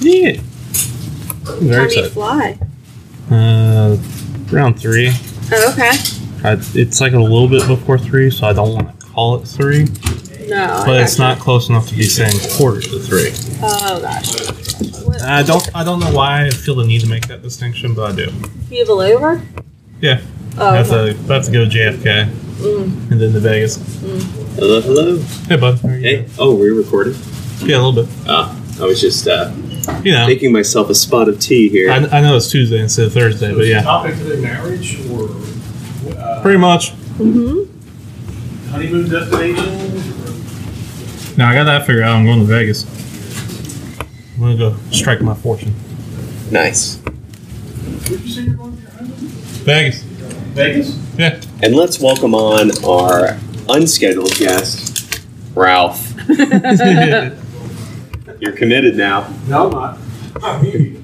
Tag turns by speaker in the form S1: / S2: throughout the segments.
S1: Yeah. I'm
S2: How
S1: very
S2: do you
S1: excited.
S2: fly?
S1: Uh, round three.
S2: Oh, okay.
S1: I, it's like a little bit before three, so I don't want to call it three,
S2: No. I
S1: but it's
S2: gotcha.
S1: not close enough to be saying quarter to three.
S2: Oh gosh. What,
S1: I don't. I don't know why I feel the need to make that distinction, but I do.
S2: you have a layover?
S1: Yeah.
S2: Oh,
S1: That's
S2: okay.
S1: a, about to go JFK
S2: Mm.
S1: and then to Vegas.
S3: Hello, hello.
S1: Hey, bud. How are you
S3: Hey. Oh, we're recording.
S1: doing? Yeah, a little bit.
S3: Ah, I was just uh,
S1: You know,
S3: making myself a spot of tea here.
S1: I, I know it's Tuesday instead of Thursday, but yeah,
S4: Topic of the marriage or uh,
S1: pretty much.
S2: Mm-hmm.
S4: honeymoon destinations?
S1: Now I got that figured out. I'm going to Vegas. I'm gonna go strike my fortune.
S3: nice.
S4: Would you say you're going to your honeymoon?
S1: Vegas.
S4: Vegas?
S1: Yeah.
S3: And let's welcome on our unscheduled guest, Ralph.
S2: Oh,
S1: you
S3: You're committed now.
S4: No, I'm not. I'm here.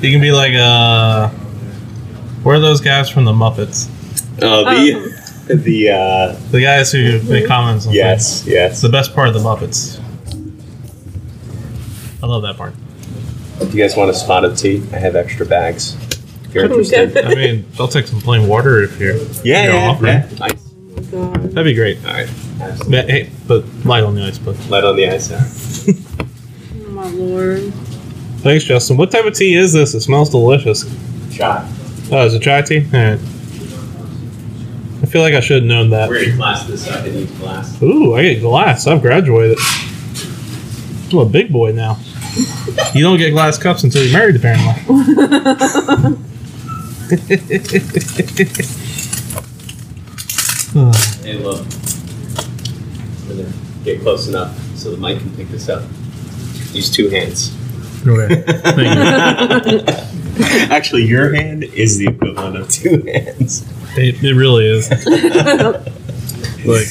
S1: can be like, uh, where are those guys from the Muppets?
S3: Uh, the the uh,
S1: The guys who make comments. On things.
S3: yes,
S1: It's
S3: yes.
S1: the best part of the Muppets. I love that part.
S3: If you guys want a spot of tea, I have extra bags. If you're interested.
S1: I mean, I'll take some plain water if you're.
S3: yeah,
S1: You're
S3: yeah,
S1: offering.
S3: yeah. Nice.
S2: God.
S1: That'd be great.
S3: All right.
S1: But, hey, but light on the ice, but.
S3: Light on the ice. huh?
S2: Oh my lord.
S1: Thanks, Justin. What type of tea is this? It smells delicious.
S3: Shot.
S1: Oh, is it chai tea? All right. I feel like I should have known that.
S3: We're in class this up in each class.
S1: Ooh, I get glass. I've graduated. I'm a big boy now. you don't get glass cups until you're married, apparently. Ugh.
S3: Hey, look. We're gonna get close enough so the mic can pick this up. Use two hands. Actually, your hand is the equivalent of two hands.
S1: it, it really is. Like,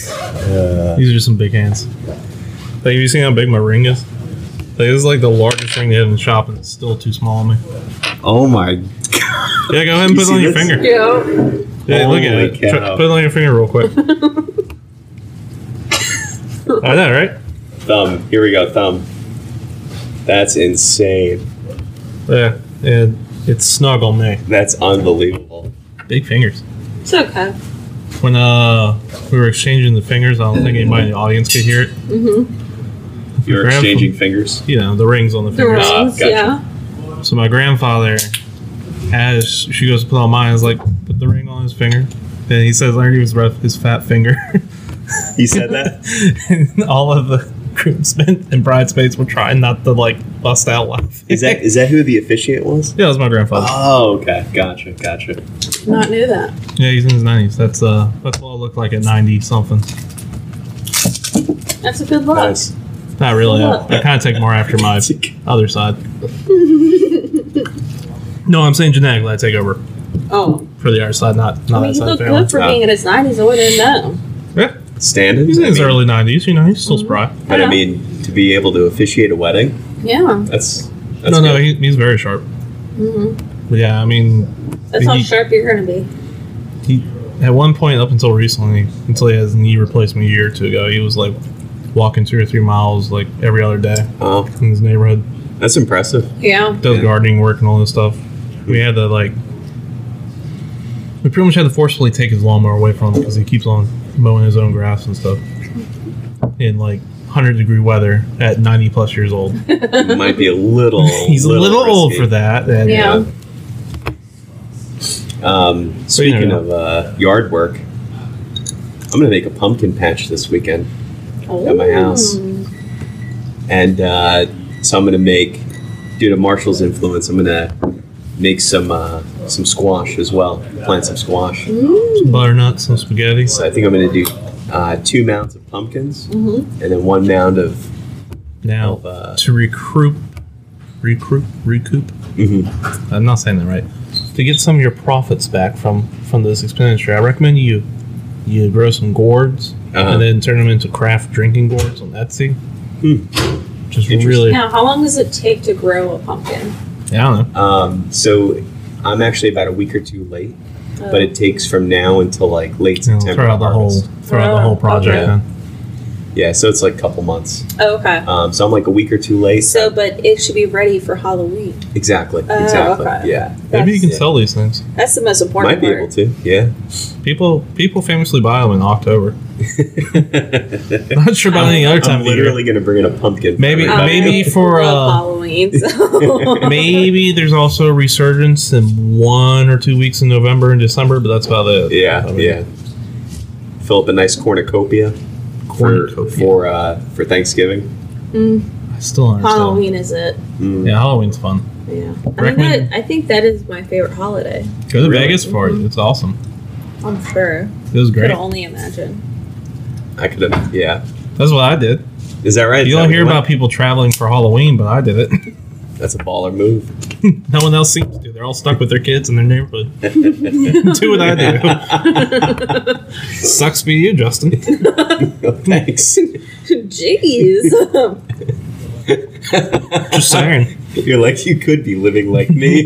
S3: Uh,
S1: these are some big hands. Like, have you seen how big my ring is? Like, this is like the largest ring they have in the shop, and it's still too small on me.
S3: oh my!
S1: Yeah, go ahead and
S3: You
S1: put it
S3: see
S1: on your
S3: this?
S1: finger.
S2: Yeah.
S1: Yeah, look at
S3: Holy
S1: it. Try-
S3: cow.
S1: put it on your finger real quick. I know, right?
S3: Thumb. Here we go. Thumb. That's insane.
S1: Yeah, and it's snug on me.
S3: That's unbelievable.
S1: Big fingers.
S2: It's okay.
S1: When uh we were exchanging the fingers, I don't think anybody in the audience could hear it.
S2: Mm-hmm.
S3: You're
S1: Grandpa-
S3: exchanging fingers.
S1: You know, the rings on the
S2: The
S1: fingers.
S3: Ah,
S2: rings,
S3: gotcha.
S2: yeah.
S1: So my grandfather, as she goes to put on mine, is like put the ring on his finger, and he says, "Larry was rough his fat finger."
S3: You said that.
S1: and all of the groomsmen and bridesmaids were trying not to like bust out laughing.
S3: Is that is that who the officiant was?
S1: Yeah, it was my grandfather.
S3: Oh, okay. Gotcha. Gotcha.
S2: Did Not knew that.
S1: Yeah, he's in his nineties. That's uh, that's what I look like at ninety something.
S2: That's a good look.
S3: Nice.
S1: Not really. I, I kind of take more after my other side. No, I'm saying genetically, I take over
S2: Oh.
S1: for the other side, not not
S2: I mean,
S1: that
S2: he
S1: side of
S2: looked
S1: the family.
S2: good for being in his 90s. I wouldn't know.
S1: Yeah,
S3: Standing.
S1: he's in
S3: I
S1: his
S3: mean-
S1: early nineties. You know, he's still spry.
S3: But I mean, to be able to officiate a wedding,
S2: Yeah.
S3: that's that's
S1: No, no,
S3: good.
S1: he, he's very sharp.
S2: hmm
S1: But yeah, I mean,
S2: That's how
S1: He-
S2: sharp you're going to be.
S1: he at one point up until recently, until he had his knee replacement a year or two ago, he was like walking two or three miles like every other day
S3: Oh,
S1: in his neighborhood.
S3: that's impressive.
S2: Yeah.
S1: does
S3: Yeah.
S1: gardening work and all this stuff. We had to like, we pretty much had to forcefully take his lawnmower away from him because he keeps on mowing his own grass and stuff in like hundred degree weather at ninety plus years old.
S3: It might be a Oh, little.
S1: He's a little old
S3: risky.
S1: for that. uh, And
S2: Yeah.
S3: Um,
S1: you
S3: speaking
S1: never
S3: of uh, yard work, I'm gonna make a pumpkin patch this weekend,
S2: Oh.
S3: At my house. and uh, so I'm gonna make, due to Marshall's influence, I'm gonna make some uh, some squash as well. Plant some squash.
S2: Mm-hmm.
S1: some butternuts, some spaghetti.
S3: So I think I'm gonna do uh, two mounds of pumpkins
S2: Mhm.
S3: and then one mound of.
S1: Now
S3: of uh,
S1: to recruit, recruit, recoup.
S3: mhm.
S1: I'm not saying that right. To get some of your profits back from from this expenditure, I recommend you you grow some gourds
S3: Uh-huh.
S1: and then turn them into craft drinking gourds on Etsy.
S3: Hmm.
S1: Just
S3: Interesting.
S1: really,
S2: Now, how long does it take to grow a pumpkin?
S1: I don't know.
S3: Um, so I'm actually about a week or two late,
S2: Uh,
S3: but it takes from now until like late
S1: You know,
S3: September.
S1: throw out the whole
S3: harvest.
S1: throw out the whole project.
S3: okay.
S1: Then
S3: Yeah, so it's like a couple months.
S2: Oh, okay.
S3: Um, so I'm like a week or two late.
S2: So, but it should be ready for Halloween.
S3: exactly,
S2: Oh,
S3: exactly.
S2: okay.
S3: Yeah,
S1: Maybe you can
S3: That's-
S1: sell these things.
S2: That's the most important
S3: might be
S2: part.
S3: able to. Yeah.
S1: People people famously buy them in October. Not sure about any other time
S3: I'm
S1: of the year.
S3: literally going to bring in a pumpkin. for
S1: Maybe-
S3: everybody.
S1: maybe for,
S2: Um, love
S1: uh,
S2: Halloween. So.
S1: Maybe there's also a resurgence in one or two weeks in November and December, but that's about it.
S3: Yeah,
S1: I mean,
S3: yeah. Fill up a nice cornucopia, for
S1: Cornucopia.
S3: for uh, for Thanksgiving.
S2: Mm,
S1: I still don't understand.
S2: Halloween is it?
S3: Mm.
S1: Yeah, Halloween's fun.
S2: Yeah. I think
S1: Recommend-
S2: that I think that is my favorite holiday.
S1: Go to
S3: Really?
S1: Vegas for it. It's awesome.
S2: I'm sure.
S1: It was
S2: Could
S1: great.
S2: only imagine.
S3: I could have. Yeah,
S1: That's what I did.
S3: is that right? Is
S1: You
S3: that
S1: don't
S3: what
S1: hear
S3: went?
S1: about people traveling for Halloween, but I did it.
S3: That's a baller move.
S1: no one else seems to. They're all stuck with their kids in their neighborhood. do what I do. Sucks to be you, Justin.
S3: Thanks.
S2: Jeez.
S1: Just saying.
S3: You're like you could be living like me,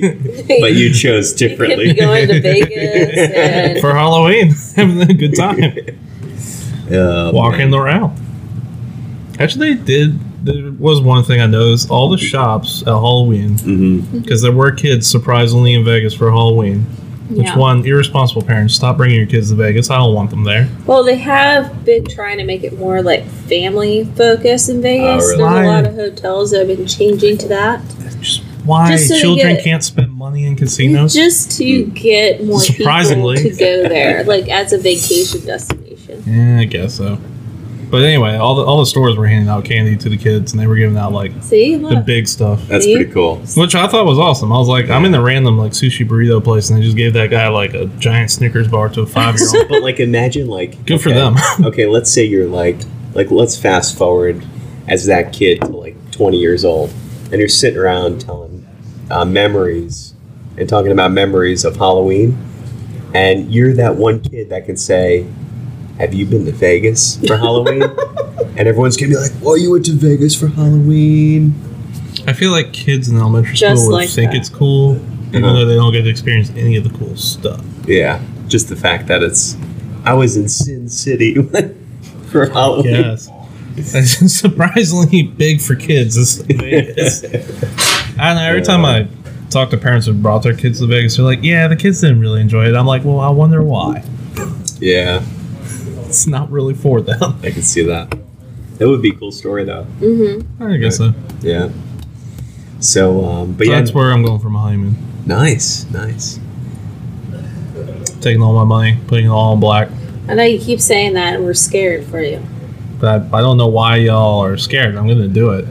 S3: but you chose
S2: You could be
S3: differently.
S2: going to Vegas and
S1: For Halloween, having a good time.
S3: Oh,
S1: walking around. Actually, they did. There was one thing I noticed. All the shops at Halloween,
S3: Mhm.
S1: because there were kids surprisingly in Vegas for Halloween. Which
S2: Yeah.
S1: one? Irresponsible parents, stop bringing your kids to Vegas. I don't want them there.
S2: Well, they have been trying to make it more like family focused in Vegas.
S1: Oh,
S3: really?
S2: There's
S1: Why?
S2: a lot of hotels that have been changing to that
S1: Just why
S2: Just so they
S1: children
S2: get-
S1: can't spend money in casinos? Hmm.
S2: just to get more
S1: Surprisingly.
S2: people to go there, like as a vacation destination.
S1: yeah, I guess so. But anyway, all the all the stores were handing out candy to the kids, and they were giving out like
S2: See,
S1: the
S2: look,
S1: big stuff,
S3: That's
S2: See?
S3: pretty cool.
S1: which I thought was awesome. I was like, I'm in the random like sushi burrito place, and they just gave that guy like a giant Snickers bar to a five year old.
S3: But like, imagine like
S1: Good for
S3: okay,
S1: them.
S3: okay, let's say you're like like let's fast forward as that kid to like 20 years old, and you're sitting around telling uh, memories and talking about memories of Halloween, and you're that one kid that can say, "Have you been to Vegas for Halloween?" and everyone's gonna be like, "Well, you went to Vegas for Halloween."
S1: I feel like kids in elementary
S2: Just
S1: school would
S2: like
S1: think
S2: that.
S1: it's cool, even
S3: Uh-huh.
S1: though they don't get to experience any of the cool stuff.
S3: Yeah, just the fact that it's I was in Sin City for Halloween.
S1: Yes. It's surprisingly big for kids. Is Vegas. I don't know. Every time I talk to parents who brought their kids to Vegas, they're like, yeah, the kids didn't really enjoy it. I'm like, well, I wonder why.
S3: yeah.
S1: It's not really for them.
S3: I can see that. That would be a cool story, though.
S2: mm-hmm.
S1: I guess so.
S3: Yeah. So, um, but
S1: So
S3: yeah,
S1: that's where I'm going for my honeymoon.
S3: nice, nice.
S1: Taking all my money, putting it all in black.
S2: I know you keep saying that, and we're scared for you.
S1: But I, I don't know why y'all are scared. I'm going to do it.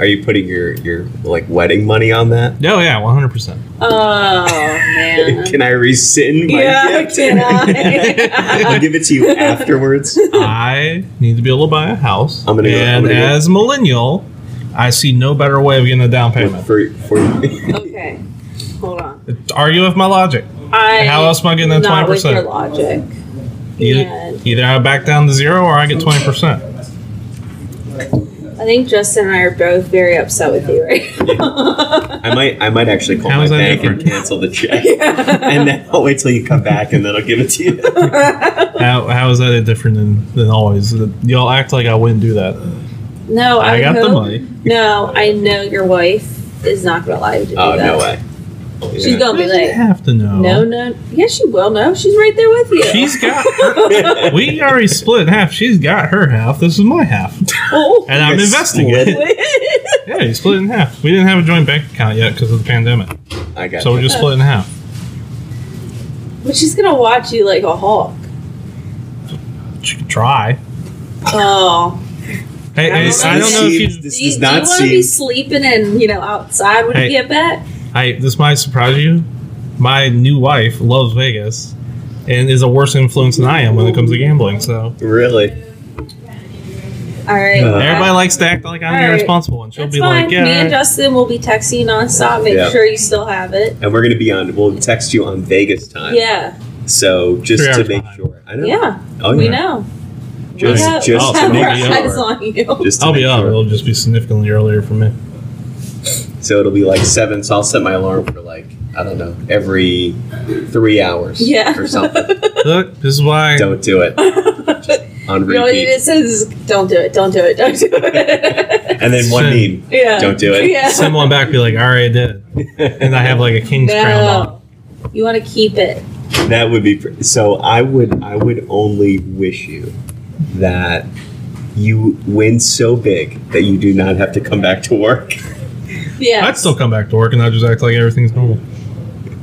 S3: Are you putting your your like wedding money on that?
S1: Oh, yeah, 100%.
S2: Oh man.
S3: Can I rescind my
S2: yeah,
S3: gift?
S2: can I?
S3: I'll give it to you afterwards.
S1: I need to be able to buy a house.
S3: I'm gonna go- I'm
S1: and
S3: gonna go-
S1: as a millennial, I see no better way of getting a down payment.
S3: for for
S2: okay, hold on.
S1: Argue with my logic.
S2: I
S1: How else am I getting that
S2: not with your
S1: 20%?
S2: logic?
S1: Either,
S2: And-
S1: either I back down to zero or I get 20%.
S2: I think Justin and I are both very upset with you right now.
S3: I might I might actually call
S1: How
S3: my
S1: is that
S3: bank and
S1: different?
S3: cancel the check,
S2: Yeah.
S3: and then I'll wait till you come back, and then I'll give it to you.
S1: How, how is that different than, than always? Y'all act like I wouldn't do that.
S2: no, I,
S1: I got
S2: hope,
S1: the money.
S2: No, I know your wife is not gonna allow you to do
S3: Oh
S2: that.
S3: no way!
S2: She's gonna be
S1: You don't
S2: like,
S1: have to know.
S2: no, no, yes, she will. No, she's right there with you.
S1: She's got her. we already split in half. She's got her half. This is my half.
S2: oh.
S1: And I'm
S3: guys
S1: investing
S3: split?
S1: it. Yeah, you split it in half. We didn't have a joint bank account yet because of the pandemic.
S3: I got
S1: So
S3: you.
S1: we're just split in half.
S2: but she's gonna watch you like a hawk.
S1: She could try.
S2: Oh,
S1: Hey,
S2: I
S1: hey,
S2: don't
S1: I don't know if
S3: Seems-
S1: you
S3: this
S2: do you,
S3: does not
S2: do you want to be
S3: seem
S2: sleeping and you know outside when
S1: Hey.
S2: you get back?
S1: I this might surprise you. My new wife loves Vegas and is a worse influence than I am when it comes to gambling. So
S3: really.
S2: All right,
S3: Uh,
S1: everybody likes to act like I'm
S2: Alright.
S1: irresponsible, and she'll
S2: That's
S1: be
S2: fine.
S1: like, uh, "Yeah,
S2: Me and Justin will be texting nonstop. Make
S3: Yeah.
S2: sure you still have it.
S3: and we're gonna be on. We'll text you on Vegas time.
S2: Yeah,
S3: So just
S1: Three
S3: to
S1: hours
S3: make
S1: behind.
S3: sure, I know.
S2: yeah.
S3: Oh
S2: We
S3: yeah.
S2: know.
S3: Just,
S2: we have,
S3: just
S1: Oh,
S2: we
S3: to
S2: have
S1: maybe
S2: our
S1: you are.
S3: make
S2: eyes
S3: sure.
S2: on you.
S3: Just to
S1: I'll
S3: make
S1: be up.
S3: sure.
S1: It'll just be significantly earlier for me."
S3: So it'll be like seven. So I'll set my alarm for like I don't know every three hours.
S2: Yeah.
S3: Or something.
S1: Look, this is why
S3: don't do it. on
S2: You know what he
S3: repeat.
S2: just says? Don't do it. Don't do it. Don't do it.
S3: And then one
S1: Sim.
S3: meme.
S2: yeah.
S3: Don't do it.
S2: Yeah.
S1: Send one back, be like, all right, I did it. And I have like a king's crown on.
S2: No. You want to keep it.
S3: That would be pr- so. I would. I would only wish you that you win so big that you do not have to come back to work.
S2: Yeah.
S1: I'd still come back to work and I'd just act like everything's normal.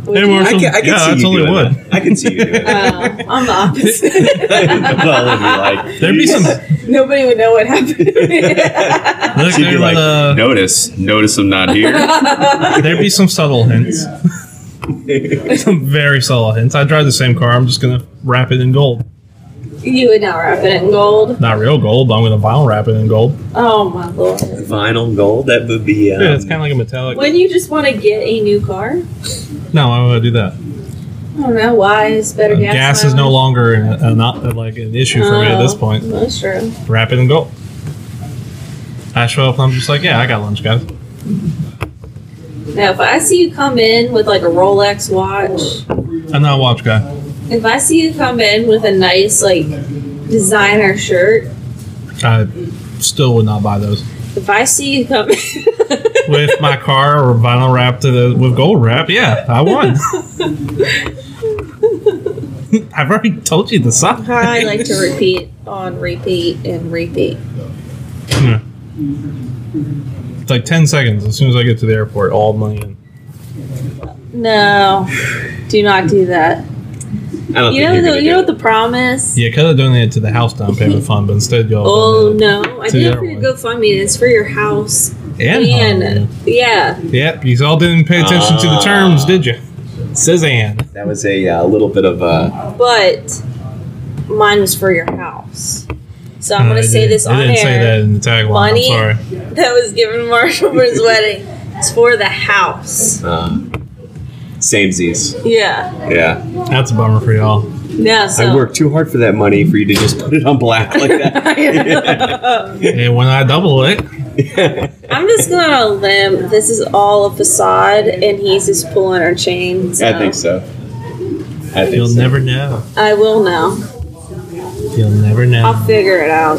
S2: Would
S1: Hey,
S2: you?
S1: Mark.
S3: I can, I can
S1: Yeah, I
S3: see you
S1: totally
S3: doing
S1: would.
S3: that. I can see you doing that.
S2: Wow. I'm the
S3: well, it'd be
S2: opposite.
S3: like,
S1: There'd be some.
S2: Nobody would know what happened.
S1: Look,
S3: She'd be
S1: there
S3: like,
S1: the-
S5: Notice, notice I'm not here.
S1: There'd be some subtle hints. some very subtle hints. I drive the same car. I'm just gonna wrap it in gold.
S2: you would not wrap it in gold.
S1: Not real gold. But I'm gonna vinyl wrap it in gold.
S2: Oh my lord.
S3: vinyl gold. That would be. Um,
S1: yeah, it's kind of like a metallic.
S2: When you just want to get a new car,
S1: no, I'm gonna do that.
S2: I don't know why it's better
S1: Uh,
S2: gas.
S1: gas is no longer an, a, not uh, like an issue for me at this
S2: Oh,
S1: point.
S2: That's true.
S1: Wrap it in gold. I show up and I'm just like, yeah, I got lunch, guys.
S2: Now, if I see you come in with like a Rolex watch,
S1: I'm not a watch guy.
S2: if I see you come in with a nice like designer shirt,
S1: I still would not buy those
S2: if I see you come
S1: with my car or vinyl wrap to the with gold wrap. Yeah, I won. I've already told you the size.
S2: I like to repeat on repeat and repeat.
S1: Yeah. It's like 10 seconds. As soon as I get to the airport, all money in.
S2: No, do not do that.
S3: I don't
S2: You
S3: think
S2: know,
S3: you're
S2: the,
S3: gonna
S2: you know what
S3: do
S2: the promise.
S1: Yeah, could have donated to the house down payment fund, but instead y'all.
S2: Oh
S1: donated
S2: no! I
S1: To
S2: did
S1: the
S2: it for
S1: other
S2: your
S1: one.
S2: GoFundMe. and It's for your house.
S1: And,
S2: And yeah,
S1: Yep, you all didn't pay attention to the terms,
S3: Ah.
S1: did you? Suzanne.
S3: That was a uh, little bit of a.
S2: but mine was for your house. So I'm gonna
S1: I
S2: say
S1: didn't-
S2: this
S1: I
S2: on
S1: didn't say that
S2: air.
S1: in the tagline.
S2: Money-
S1: I'm sorry.
S2: That was given to Marshall for his wedding. It's for the house.
S3: Uh, same Z's.
S2: Yeah.
S3: Yeah.
S1: That's a bummer for y'all.
S2: No. So
S3: I worked too hard for that money for you to just put it on black like that.
S1: And when I double it,
S2: I'm just going on a limb. This is all a facade, and he's just pulling our chains.
S3: I think so. I think
S1: you'll
S3: so.
S1: never know.
S2: I will know.
S1: You'll never
S2: I'll
S1: know.
S2: figure it out.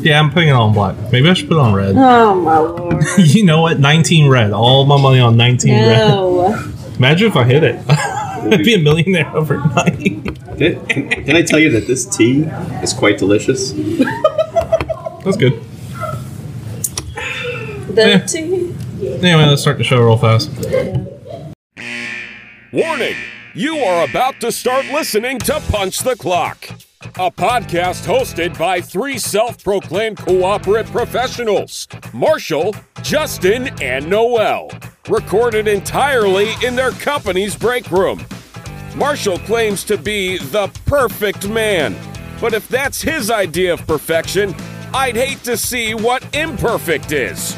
S1: Yeah, I'm putting it on black. Maybe I should put it on red.
S2: Oh my lord.
S1: you know what? 19 red. All my money on 19 red.
S2: No.
S1: Imagine if I hit it. I'd be a millionaire overnight.
S3: Did- Can, can I tell you that this tea is quite delicious?
S1: That's good. Yeah.
S2: The two.
S1: Anyway, let's start the show real fast.
S6: Warning! You are about to start listening to Punch the Clock, a podcast hosted by three self proclaimed cooperative professionals Marshall, Justin, and Noel, recorded entirely in their company's break room. Marshall claims to be the perfect man, but if that's his idea of perfection, I'd hate to see what imperfect is.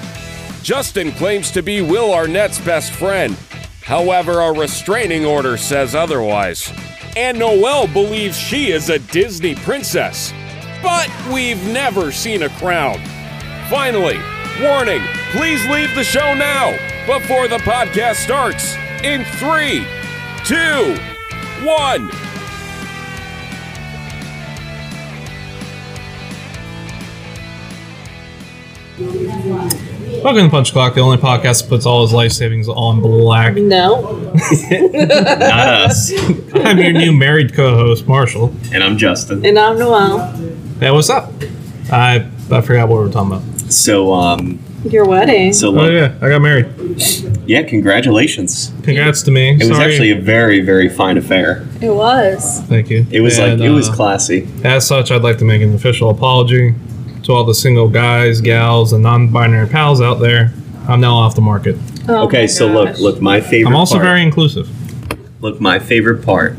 S6: Justin claims to be Will Arnett's best friend. However, a restraining order says otherwise. And Noelle believes she is a Disney princess. But we've never seen a crown. Finally, warning please leave the show now before the podcast starts in three, two, one.
S1: Welcome to Punch Clock, the only podcast that puts all his life savings on black.
S2: No.
S3: Not us.
S1: I'm your new married co-host, Marshall.
S3: And I'm Justin.
S2: And I'm Noel.
S1: Hey, what's up? I I forgot what we were talking about.
S3: So, um,
S2: Your wedding.
S3: so
S1: Oh
S3: look-
S1: yeah, I got married.
S3: yeah, congratulations.
S1: Congrats to me.
S3: It was
S1: Sorry.
S3: actually a very, very fine affair.
S2: it was.
S1: Thank you.
S3: It was
S1: And,
S3: like it was
S1: uh,
S3: classy.
S1: as such, I'd like to make an official apology to all the single guys, gals, and non-binary pals out there. I'm now off the market.
S2: Oh my
S3: Okay, so
S2: gosh.
S3: look, look, my favorite.
S1: I'm also
S3: part-
S1: very inclusive.
S3: look my favorite part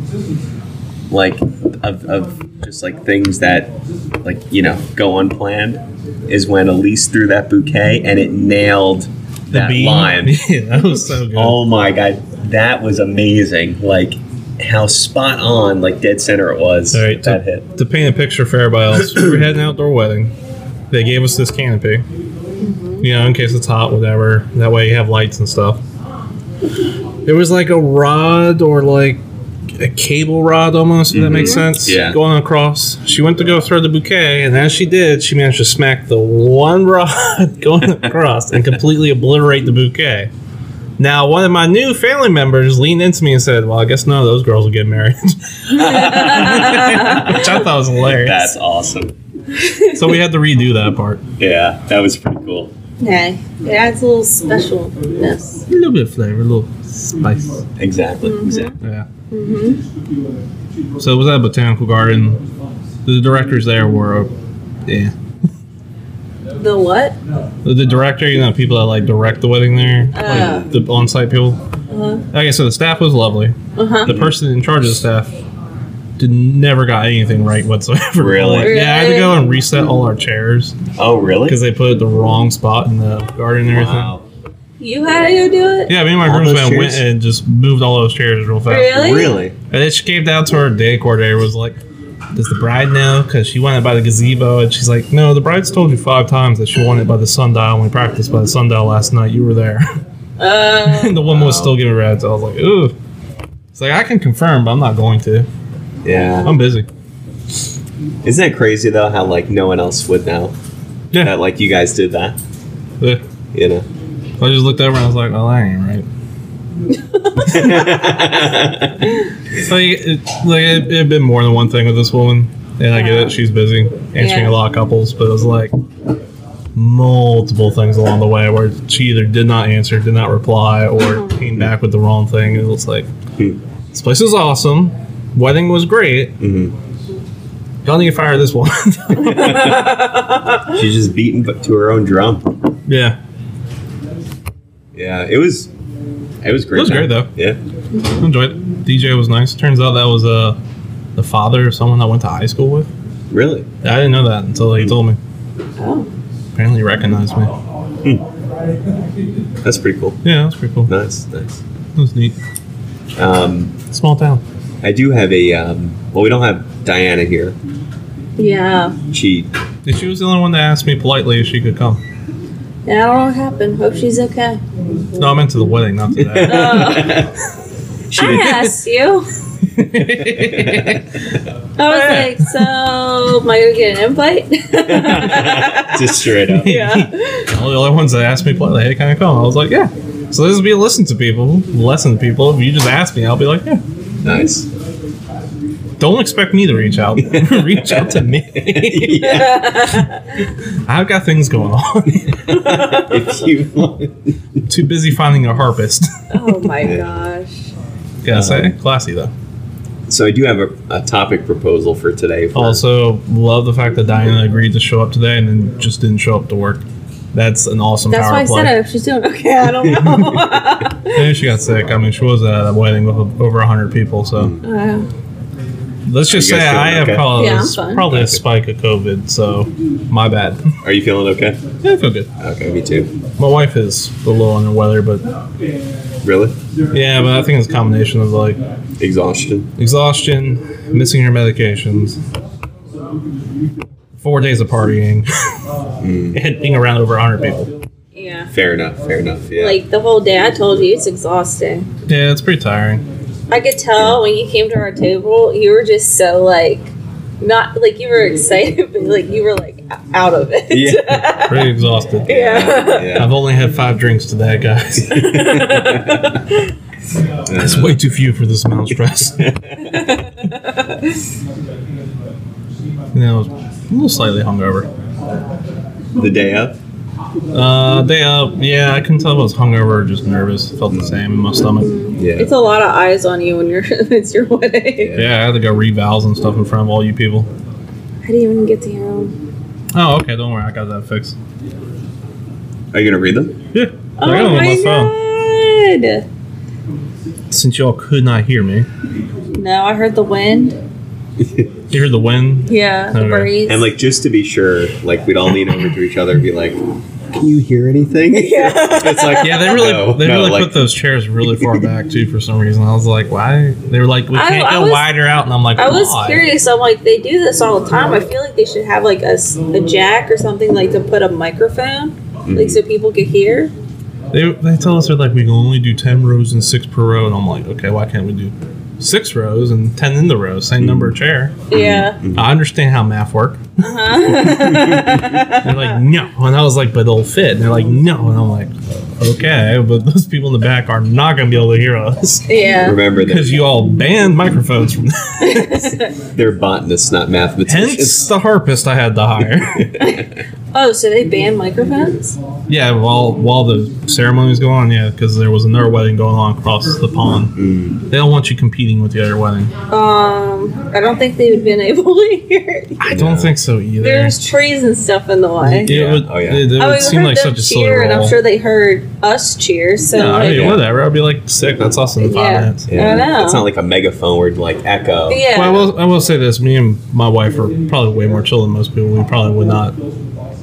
S3: like of, of just like things that like you know go unplanned is when elise threw that bouquet and it nailed
S1: The
S3: that
S1: bean.
S3: line
S1: Yeah, that was so good.
S3: oh my god that was amazing like how spot on like dead center it was
S1: All right,
S3: that
S1: to,
S3: hit
S1: to paint a picture for everybody else, we had an outdoor wedding. They gave us this canopy, you know, in case it's hot, whatever. That way you have lights and stuff. There was like a rod or like a cable rod almost, if that makes sense.
S5: Yeah.
S1: Going across. She went to go throw the bouquet, and as she did, she managed to smack the one rod going across and completely obliterate the bouquet. Now, one of my new family members leaned into me and said, Well, I guess none of those girls will get married. Which I thought was hilarious.
S5: That's awesome.
S1: So we had to redo that part.
S5: Yeah, that was pretty cool.
S2: Okay. It adds a little specialness.
S1: A little bit of flavor, a little spice.
S5: Exactly. Exactly.
S1: Yeah. Mm-hmm. So it was at a botanical garden. The directors there were, yeah.
S2: The what?
S1: The, the director, you know, people that like direct the wedding there,
S2: Ah.
S1: like the on-site people. Okay, so the staff was lovely.
S2: Uh-huh.
S1: The person in charge of the staff did never got anything right whatsoever.
S5: Really?
S1: Like, Yeah, I had to go and reset all our chairs
S5: Oh, really?
S1: because they put the wrong spot in the garden and everything.
S5: Wow.
S2: You had to go do it?
S1: Yeah, me and my
S3: All those
S1: groomsman went
S3: chairs?
S1: and just moved all those chairs real fast.
S2: Really?
S5: Really?
S1: And then she came down to her day coordinator was like, does the bride know? Because she wanted it by the gazebo. And she's like, no, the bride's told you five times that she wanted it by the sundial. When we practiced by the sundial last night, you were there.
S2: Uh,
S1: and the woman was still giving rads. I was like, ooh. It's like, I can confirm, but I'm not going to.
S3: Yeah.
S1: I'm busy.
S3: Isn't that crazy though? How like no one else would know
S1: Oh. Yeah.
S3: that like you guys did that.
S1: Yeah.
S3: You know.
S1: I just looked over and I was like, oh, that ain't right. like, it, like it, it had been more than one thing with this woman, and I get it. She's busy answering
S2: Yeah.
S1: a lot of couples, but it was like multiple things along the way where she either did not answer, did not reply, or came back with the wrong thing. It was like, this place is awesome. Wedding was great.
S3: Mm-hmm.
S1: Y'all need to fire this one.
S3: She's just beaten b- to her own drum.
S1: yeah,
S3: Yeah, it was. It was great.
S1: It was great,
S3: man.
S1: though.
S3: Yeah.
S1: enjoyed it. DJ was nice. Turns out that was uh, the father of someone I went to high school with.
S3: Really.
S1: I didn't know that until he told me.
S2: oh.
S1: Apparently, he recognized me.
S3: That's pretty cool.
S1: Yeah, that's pretty cool. That
S3: Nice. Nice.
S1: was neat.
S3: Um,
S1: Small town.
S3: I do have a. Um, well, we don't have Diana here.
S2: Yeah.
S3: She.
S1: And She was the only one that asked me politely if she could come.
S2: Yeah, I don't know what happened. Hope she's okay.
S1: No, I meant to the wedding, not to that.
S3: She
S2: I
S3: did.
S2: asked you. I was like, so am I gonna get an invite?
S3: Just straight up.
S2: yeah.
S1: the only ones that asked me politely, hey, can I come? I was like, yeah. So this would be a listen to people, lesson to people. If you just ask me, I'll be like, yeah.
S3: Nice.
S1: Don't expect me to reach out. reach out to me.
S3: yeah.
S1: I've got things going on.
S3: If you.
S1: Too busy finding a harpist.
S2: Oh my gosh.
S1: yeah, say classy though.
S3: So I do have a, a topic proposal for today. For,
S1: Also, love the fact that Diana agreed to show up today and then just didn't show up to work. That's an awesome
S2: That's
S1: power
S2: why I
S1: play.
S2: said it. If she's doing okay, I don't know.
S1: Maybe she got sick. I mean, she was at a wedding with over 100 people, so
S2: Uh,
S1: let's just
S3: Are
S1: say
S3: Hmm. you
S1: I
S3: guys feeling
S1: have
S3: okay?
S1: probably,
S2: Yeah, I'm fine.
S1: probably a spike of COVID, so my bad.
S3: Are you feeling okay?
S1: yeah, I feel good.
S3: Okay, me too.
S1: My wife is a little under the weather, but
S3: Really?
S1: yeah, but I think it's a combination of like
S3: Exhaustion.
S1: exhaustion, missing her medications, four days of partying,
S3: Hmm.
S1: and being around over 100 people.
S2: yeah.
S3: Fair enough. Fair enough. Yeah.
S2: Like the whole day, I told you it's exhausting.
S1: Yeah, it's pretty tiring.
S2: I could tell when you came to our table, you were just so like, not like you were excited, but like you were like o- out of it.
S3: Yeah.
S1: Pretty exhausted.
S2: yeah.
S1: I've
S3: yeah.
S1: only had five drinks today, guys. That's way too few for this amount of stress. you know, I was a little slightly hungover.
S3: The day up.
S1: Uh, day up, yeah, I couldn't tell if I was hungover or just nervous. Felt the same in my stomach.
S3: Yeah.
S2: It's a lot of eyes on you when you're it's your wedding.
S1: Yeah, I had to go revals and stuff in front of all you people.
S2: I didn't even get to hear him.
S1: Oh, okay, don't worry, I got that fixed.
S3: Are you gonna read them?
S1: Yeah, I
S2: Oh
S1: got it on
S2: my
S1: my phone.
S2: god!
S1: Since y'all could not hear me,
S2: No, I heard the wind.
S1: you heard the wind.
S2: Yeah, the
S1: Okay.
S2: breeze.
S3: And like just to be sure, like we'd all lean over to each other and be like, "Can you hear anything?" it's like
S1: Yeah, they really
S3: No,
S1: they
S3: no,
S1: really
S3: like-
S1: put those chairs really far back too for some reason. I was like, why? They were like, we
S2: I-
S1: can't
S2: I
S1: go
S2: was-
S1: wider out, and I'm like,
S2: I was
S1: why?
S2: curious. I'm like, they do this all the time. I feel like they should have like a, s- a jack or something like to put a microphone, like so people could hear.
S1: They, they tell us they're like we can only do ten rows and six per row, and I'm like, okay, why can't we do six rows and ten in the row, same number of chair.
S2: Yeah.
S1: I understand how math work.
S2: Uh-huh.
S1: they're like, no. And I was like, but it'll fit. And they're like, no. And I'm like, okay, but those people in the back are not going to be able to hear us
S2: Yeah.
S3: Remember that
S1: because you all banned microphones from
S3: they're botanists, not mathematicians.
S1: Hence the harpist I had to hire.
S2: Oh, so they ban microphones?
S1: yeah, while while the ceremony was going on, yeah, because there was another wedding going on across the pond.
S3: Mm.
S1: They don't want you competing with the other wedding.
S2: Um, I don't think they would have been able to hear it.
S1: I don't think so either.
S2: There's trees and stuff in the way.
S1: it would,
S3: Oh, yeah.
S1: it, it
S2: I
S1: would
S2: mean, we
S1: seem
S2: heard
S1: like
S2: them
S1: such a silly
S2: cheer, and I'm
S1: role.
S2: sure they heard us cheer. So
S1: No, I
S2: like, uh,
S1: mean,
S3: Yeah.
S1: whatever. I'd be like, sick. That's awesome. in Five
S2: Yeah.
S1: minutes.
S2: I don't know.
S3: It's not like a megaphone where it'd, like echo.
S2: yeah.
S1: Well, I will, I will say this: me and my wife are probably way more chill than most people. We probably would not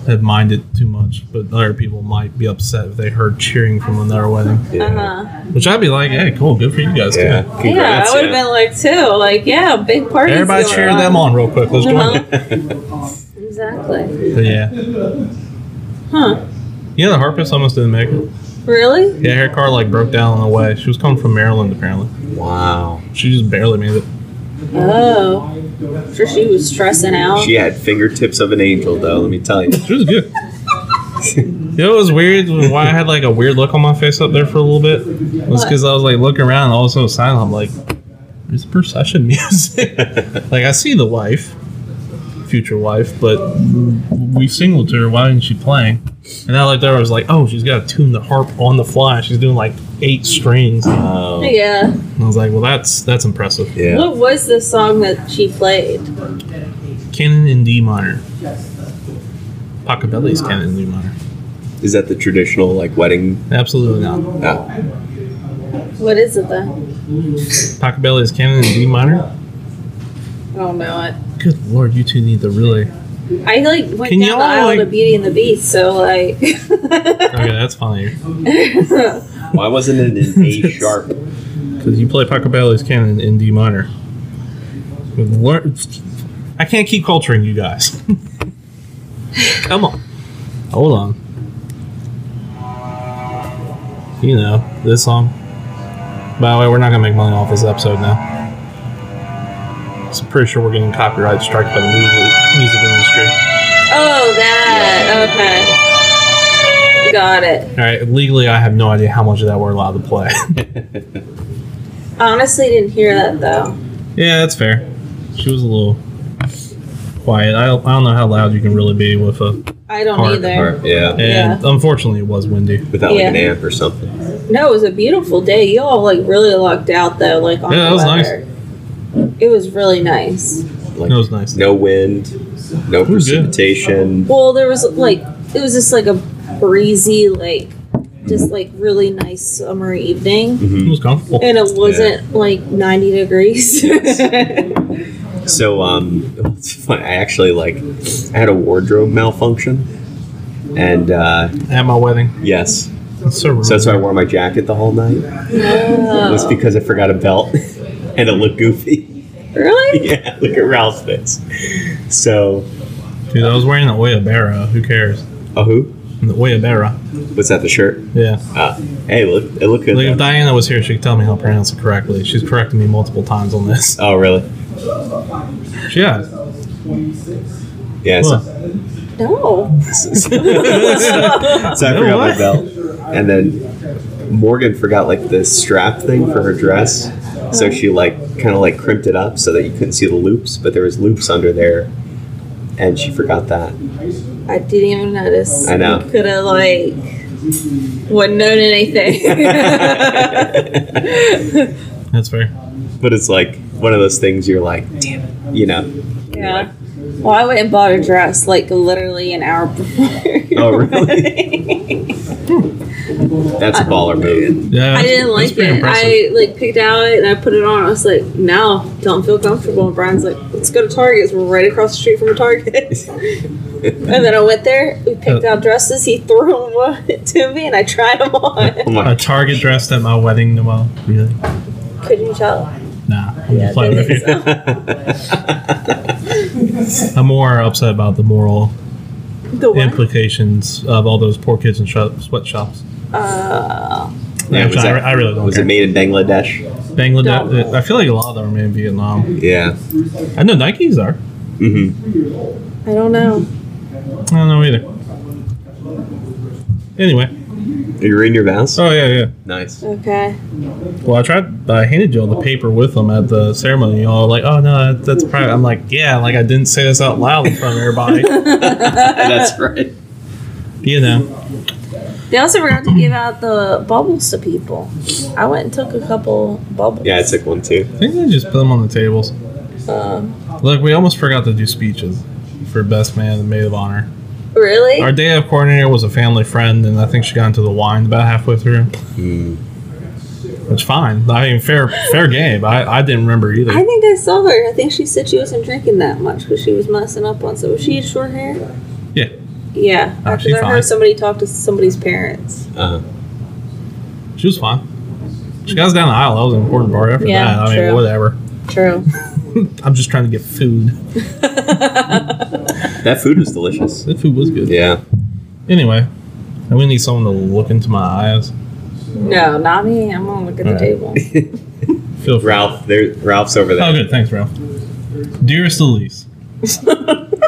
S1: have minded too much, but other people might be upset if they heard cheering from another wedding.
S3: Yeah.
S2: uh-huh.
S1: Which I'd be like, hey, cool, good for you guys.
S3: Yeah.
S1: too.
S2: yeah,
S3: Congrats,
S2: I would have been like too, like yeah, big party.
S1: Everybody cheer them on real quick. Let's join.
S2: Uh-huh.
S1: it.
S2: exactly.
S1: But yeah,
S2: Huh?
S1: you know the harpist almost didn't make it.
S2: Really?
S1: Yeah, her car like broke down on the way. She was coming from Maryland apparently.
S3: Wow.
S1: She just barely made it.
S2: Oh, sure. She was stressing out.
S3: She had fingertips of an angel, though. Let me tell you.
S1: She was good. You know, it was weird why I had like a weird look on my face up there for a little bit. It was because I was like looking around and all of a sudden it was silent. I'm like, there's procession music. like, I see the wife, future wife, but we singled to her. Why isn't she playing? And I looked over, I was like, oh, she's got to tune the harp on the fly. She's doing like eight strings. And
S3: Oh,
S2: Yeah.
S1: I was like, well, that's that's impressive.
S3: yeah.
S2: What was the song that she played?
S1: Canon in D minor. Pachelbel's canon in D minor.
S3: Is that the traditional like wedding?
S1: Absolutely not.
S3: No.
S2: What is it then?
S1: Pachelbel is canon in D minor.
S2: I don't know it.
S1: Good lord, you two need to really.
S2: I like went
S1: Can
S2: down
S1: y'all,
S2: the aisle
S1: like-
S2: to Beauty and the Beast, so like.
S1: Okay, that's funny.
S3: Why wasn't it an A sharp?
S1: Because you play Pachelbel's canon in D minor. Good lord. I can't keep culturing you guys. Come on. Hold on. You know, this song. By the way, we're not going to make money off this episode now. So I'm pretty sure we're getting copyright strike by the music, music industry.
S2: oh, that. Okay. Got it.
S1: All right, legally, I have no idea how much of that we're allowed to play.
S2: Honestly, didn't hear that though.
S1: Yeah, that's fair. She was a little quiet. I don't, I don't know how loud you can really be with a.
S2: I don't
S1: Hard,
S2: either.
S3: Or- yeah.
S1: And unfortunately, it was windy.
S3: Without like an
S2: Yeah.
S3: amp or something.
S2: No, it was a beautiful day. You all like really lucked out though, like on
S1: Yeah,
S2: the
S1: that was
S2: weather. It was really nice.
S3: Like
S1: That was nice.
S3: no wind, no
S1: was good.
S3: precipitation.
S2: Well, there was like it was just like a breezy, like just like really nice summer evening,
S1: It
S3: Mm-hmm.
S1: was comfortable.
S2: and it wasn't like ninety degrees.
S3: So um, it's funny. I actually like I had a wardrobe malfunction, and uh,
S1: At my wedding.
S3: yes,
S1: It's so rude.
S3: so that's why I wore my jacket the whole night. was
S2: oh.
S3: because I forgot a belt and it looked goofy.
S2: Really?
S3: yeah, look at Ralph's face. So,
S1: Dude, I was wearing the Oyabera. Who cares?
S3: oh, who?
S1: The Oyabera.
S3: What's that, the shirt?
S1: Yeah.
S3: Uh, hey, look, it looked good.
S1: Like, if
S3: though.
S1: Diana was here, she'd tell me how to pronounce it correctly. She's corrected me multiple times on this.
S3: Oh, really?
S1: Yeah.
S3: Yeah, so,
S1: Well,
S2: No.
S3: so I
S1: No
S3: forgot
S1: way.
S3: my belt. And then Morgan forgot, like, the strap thing for her dress. So she, like, kind of, like, crimped it up so that you couldn't see the loops, but there was loops under there. And she forgot that.
S2: I didn't even notice.
S3: I know.
S2: Could have like wouldn't known anything.
S1: that's fair.
S3: But it's, like, one of those things you're like, damn it, you know.
S2: yeah. Well, I went and bought a dress like literally an hour before.
S3: Oh, really? That's a baller move.
S1: Yeah.
S2: I didn't
S1: that's
S2: like
S1: pretty
S2: it.
S1: impressive.
S2: I like picked out it and I put it on. I was like, no, don't feel comfortable. And Brian's like, let's go to Target's. We're right across the street from a Target. and then I went there. We
S1: Oh.
S2: picked out dresses. He threw them to me, and I tried them
S3: Oh
S2: on.
S1: A
S3: my
S1: Target dressed at my wedding, Noel. Really?
S2: Could you tell?
S1: Nah. I'm
S2: Yeah,
S1: just playing with you. I'm more upset about the moral
S2: The one.
S1: implications of all those poor kids in shop, sweatshops.
S2: Uh,
S1: Yeah,
S3: was
S1: which I,
S3: that-
S1: I really don't
S3: Was
S1: care.
S3: it made in Bangladesh?
S1: Bangladesh. I feel like a lot of them are made in Vietnam.
S3: Yeah.
S1: I know Nikes are.
S3: Mm-hmm.
S2: I don't know.
S1: I don't know either. Anyway.
S3: Are you reading your vows?
S1: Oh yeah, yeah.
S3: Nice.
S2: Okay.
S1: Well, I tried. I handed y'all the paper with them at the ceremony. Y'all were like, oh no, that- that's private. I'm like, yeah, like I didn't say this out loud in front of everybody.
S5: That's right.
S1: you know.
S2: They also forgot to give out the bubbles to people. I went and took a couple bubbles.
S3: Yeah, I took one too.
S1: I think they just put them on the tables.
S2: Um,
S1: Look, we almost forgot to do speeches for best man and maid of honor.
S2: really?
S1: Our day of coordinator was a family friend, and I think she got into the wine about halfway through.
S3: Hmm.
S1: Which fine. I mean, fair fair game. I, I didn't remember either.
S2: I think I saw her. I think she said she wasn't drinking that much because she was messing up on. So was she had short hair?
S1: yeah.
S2: Yeah.
S1: Oh,
S2: After
S1: she's
S2: I
S1: fine.
S2: heard somebody talk to somebody's parents.
S3: Uh,
S1: She was fine. She got us down the aisle. That was an important part. After
S2: Yeah,
S1: that, I mean,
S2: true.
S1: whatever.
S2: True.
S1: I'm just trying to get food.
S3: that food was delicious.
S1: That food was good.
S3: Yeah.
S1: Anyway, I'm gonna need someone to look into my eyes.
S2: No, not me. I'm gonna look at the
S1: Alright.
S2: table.
S1: Feel free.
S3: Ralph, there. Ralph's over there.
S1: Oh, good. Thanks, Ralph. Dearest Elise,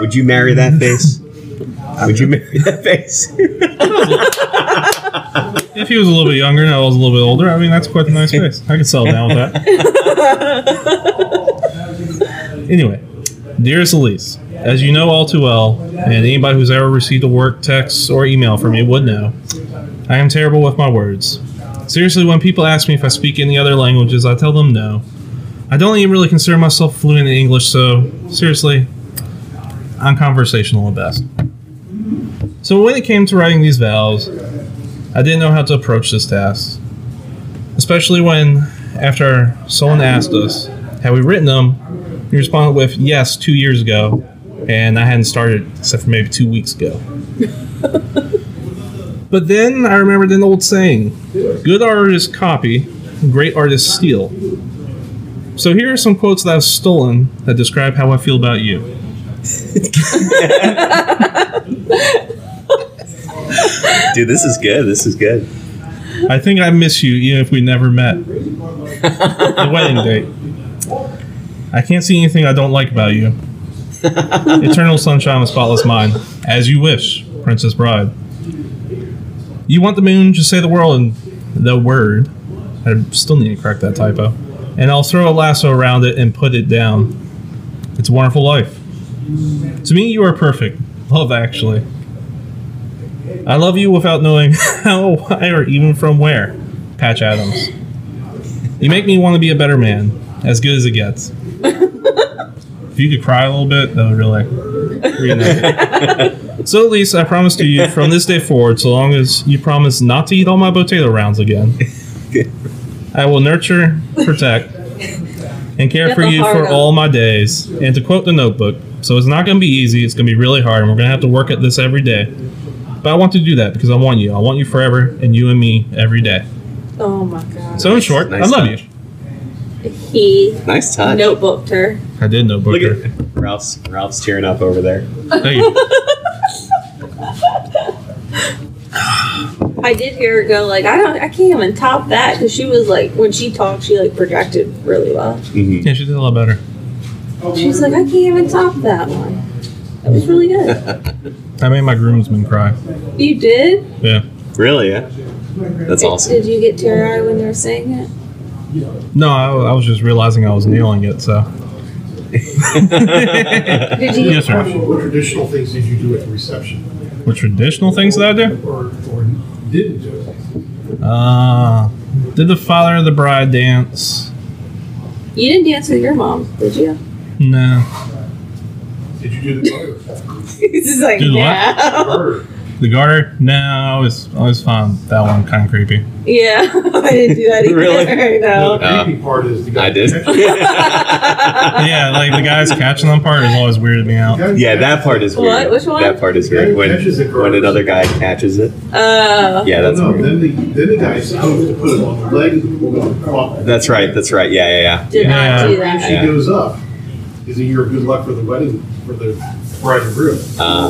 S3: Would you marry that face? Would you marry that face?
S1: if he was a little bit younger and I was a little bit older, I mean, that's quite a nice face. I could settle down with that. anyway, dearest Elise, as you know all too well, and anybody who's ever received a work text or email from me would know, I am terrible with my words. Seriously, when people ask me if I speak any other languages, I tell them no. I don't even really consider myself fluent in English, so seriously, I'm conversational at best. So when it came to writing these vows, I didn't know how to approach this task. Especially when, after someone asked us, had we written them, we responded with yes two years ago, and I hadn't started except for maybe two weeks ago. but then I remembered an old saying good artists copy, great artists steal. So here are some quotes that I've stolen that describe how I feel about you.
S3: Dude, this is good. This is good.
S1: I think I miss you even if we never met. the wedding date. I can't see anything I don't like about you. Eternal sunshine of a spotless mind. As you wish, Princess Bride. You want the moon, just say the world and the word. I still need to correct that typo. And I'll throw a lasso around it and put it down. It's a wonderful life. To me, you are perfect. Love, actually. I love you without knowing how, why, or even from where. Patch Adams. You make me want to be a better man, as good as it gets. if you could cry a little bit, that would really. reunite. so, Elise, I promise to you from this day forward, so long as you promise not to eat all my potato rounds again, I will nurture, protect, and care
S2: Get
S1: for
S2: the
S1: you for
S2: heart out.
S1: all my days. And to quote the notebook, so it's not going to be easy, it's going to be really hard, and we're going to have to work at this every day. But I want to do that because I want you. I want you forever, and you and me every day.
S2: Oh my god.
S1: So, in short,
S3: Nice
S1: I love
S3: touch.
S1: you.
S2: He
S3: Nice touch.
S2: notebooked her.
S1: I did know
S3: Look
S1: Booker.
S3: at Ralph's. Ralph's tearing up over there.
S1: Thank you.
S2: I did hear her go like I don't I can't even top that because she was like when she talked she like projected really well.
S3: Mm-hmm.
S1: Yeah, she did a lot better.
S2: She was like I can't even top that one. That was really good.
S1: I made my groomsmen cry.
S2: You did?
S1: Yeah.
S3: Really? Yeah. That's awesome.
S2: Did you get teary eyed when they were saying it?
S1: No, I, I was just realizing I was nailing it, so.
S2: Did you?
S1: yes, sir.
S4: What traditional things did you do at the reception?
S1: What traditional things did I do?
S4: Or, or didn't do?
S1: Uh, did the father of the bride dance?
S2: You didn't dance with your mom, did you?
S1: No.
S4: Did you do the
S2: He's just like
S1: Did what?
S4: bird?
S2: yeah.
S4: bird?
S1: The garter? No, I always, I always found that one kind of creepy.
S2: Yeah, I didn't do that either.
S3: Really?
S4: Well,
S2: No.
S4: the creepy part is the guy.
S3: Uh, I did.
S1: yeah, like the guys catching them part is always weirded me out.
S3: Yeah, that part is weird.
S2: What? Which one?
S3: That part is
S4: The guy
S3: weird.
S4: who
S3: When,
S4: catches it
S3: when
S4: first.
S3: another guy catches it.
S2: Uh,
S3: Yeah, that's
S4: no,
S3: weird.
S4: then the then the guy stops to put it on the leg of the woman. Well,
S3: That's right. That's right. Yeah, yeah, yeah.
S2: did not do
S4: If
S2: that.
S4: she
S3: Yeah.
S4: goes up, is a year of good luck for the wedding for the bride and groom.
S3: Uh,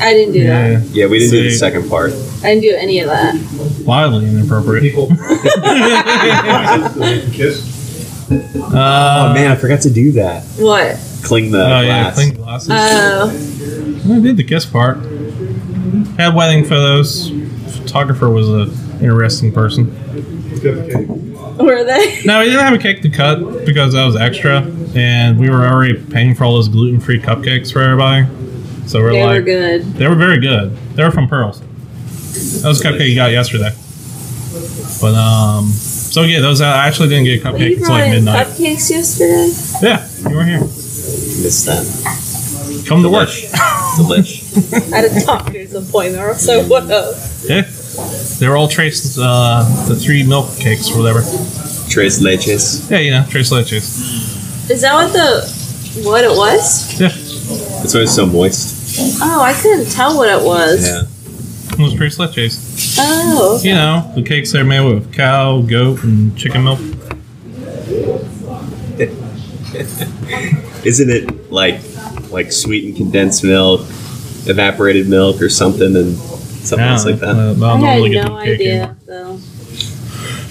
S2: I didn't do
S1: Yeah.
S3: Yeah, we didn't do the
S1: See.
S3: second part.
S2: that. I didn't do any of that.
S1: Wildly inappropriate.
S4: People. Kiss.
S1: Uh,
S3: Oh man, I forgot to do that.
S2: What?
S3: Cling the
S1: Oh yeah,
S3: glass.
S1: clean glasses.
S2: Oh,
S1: I did the kiss part. Had wedding photos. Photographer was a interesting person.
S2: were they?
S1: No, we didn't have a cake to cut because that was extra, and we were already paying for all those gluten-free cupcakes for everybody. So we're
S2: They
S1: like,
S2: were good.
S1: they were very good. They were from Pearls. That was a cupcake you got yesterday. But um, so yeah, those I actually didn't get a
S2: Well, you
S1: cupcake until
S2: brought
S1: like
S2: in
S1: midnight.
S2: cupcakes yesterday.
S1: Yeah, you were here.
S3: Missed that.
S1: Come to work.
S3: Delish. Delish.
S2: I had a doctor's appointment, or so what else?
S1: Yeah, they were all trace uh, the three milk cakes or whatever.
S3: Tres leches.
S1: Yeah, you know, trace leches.
S2: Is that what the what it was?
S1: Yeah,
S3: That's why it's so moist.
S2: Oh, I couldn't tell what it was.
S3: Yeah.
S1: it was trace leches.
S2: Oh,
S1: You know, the cakes are made with cow, goat, and chicken milk.
S3: Isn't it like like sweetened condensed milk, evaporated milk, or something, and something else like that?
S1: Uh, but
S2: I
S1: don't
S2: had
S1: really get
S2: no
S1: the cake
S2: idea
S1: anymore.
S2: though.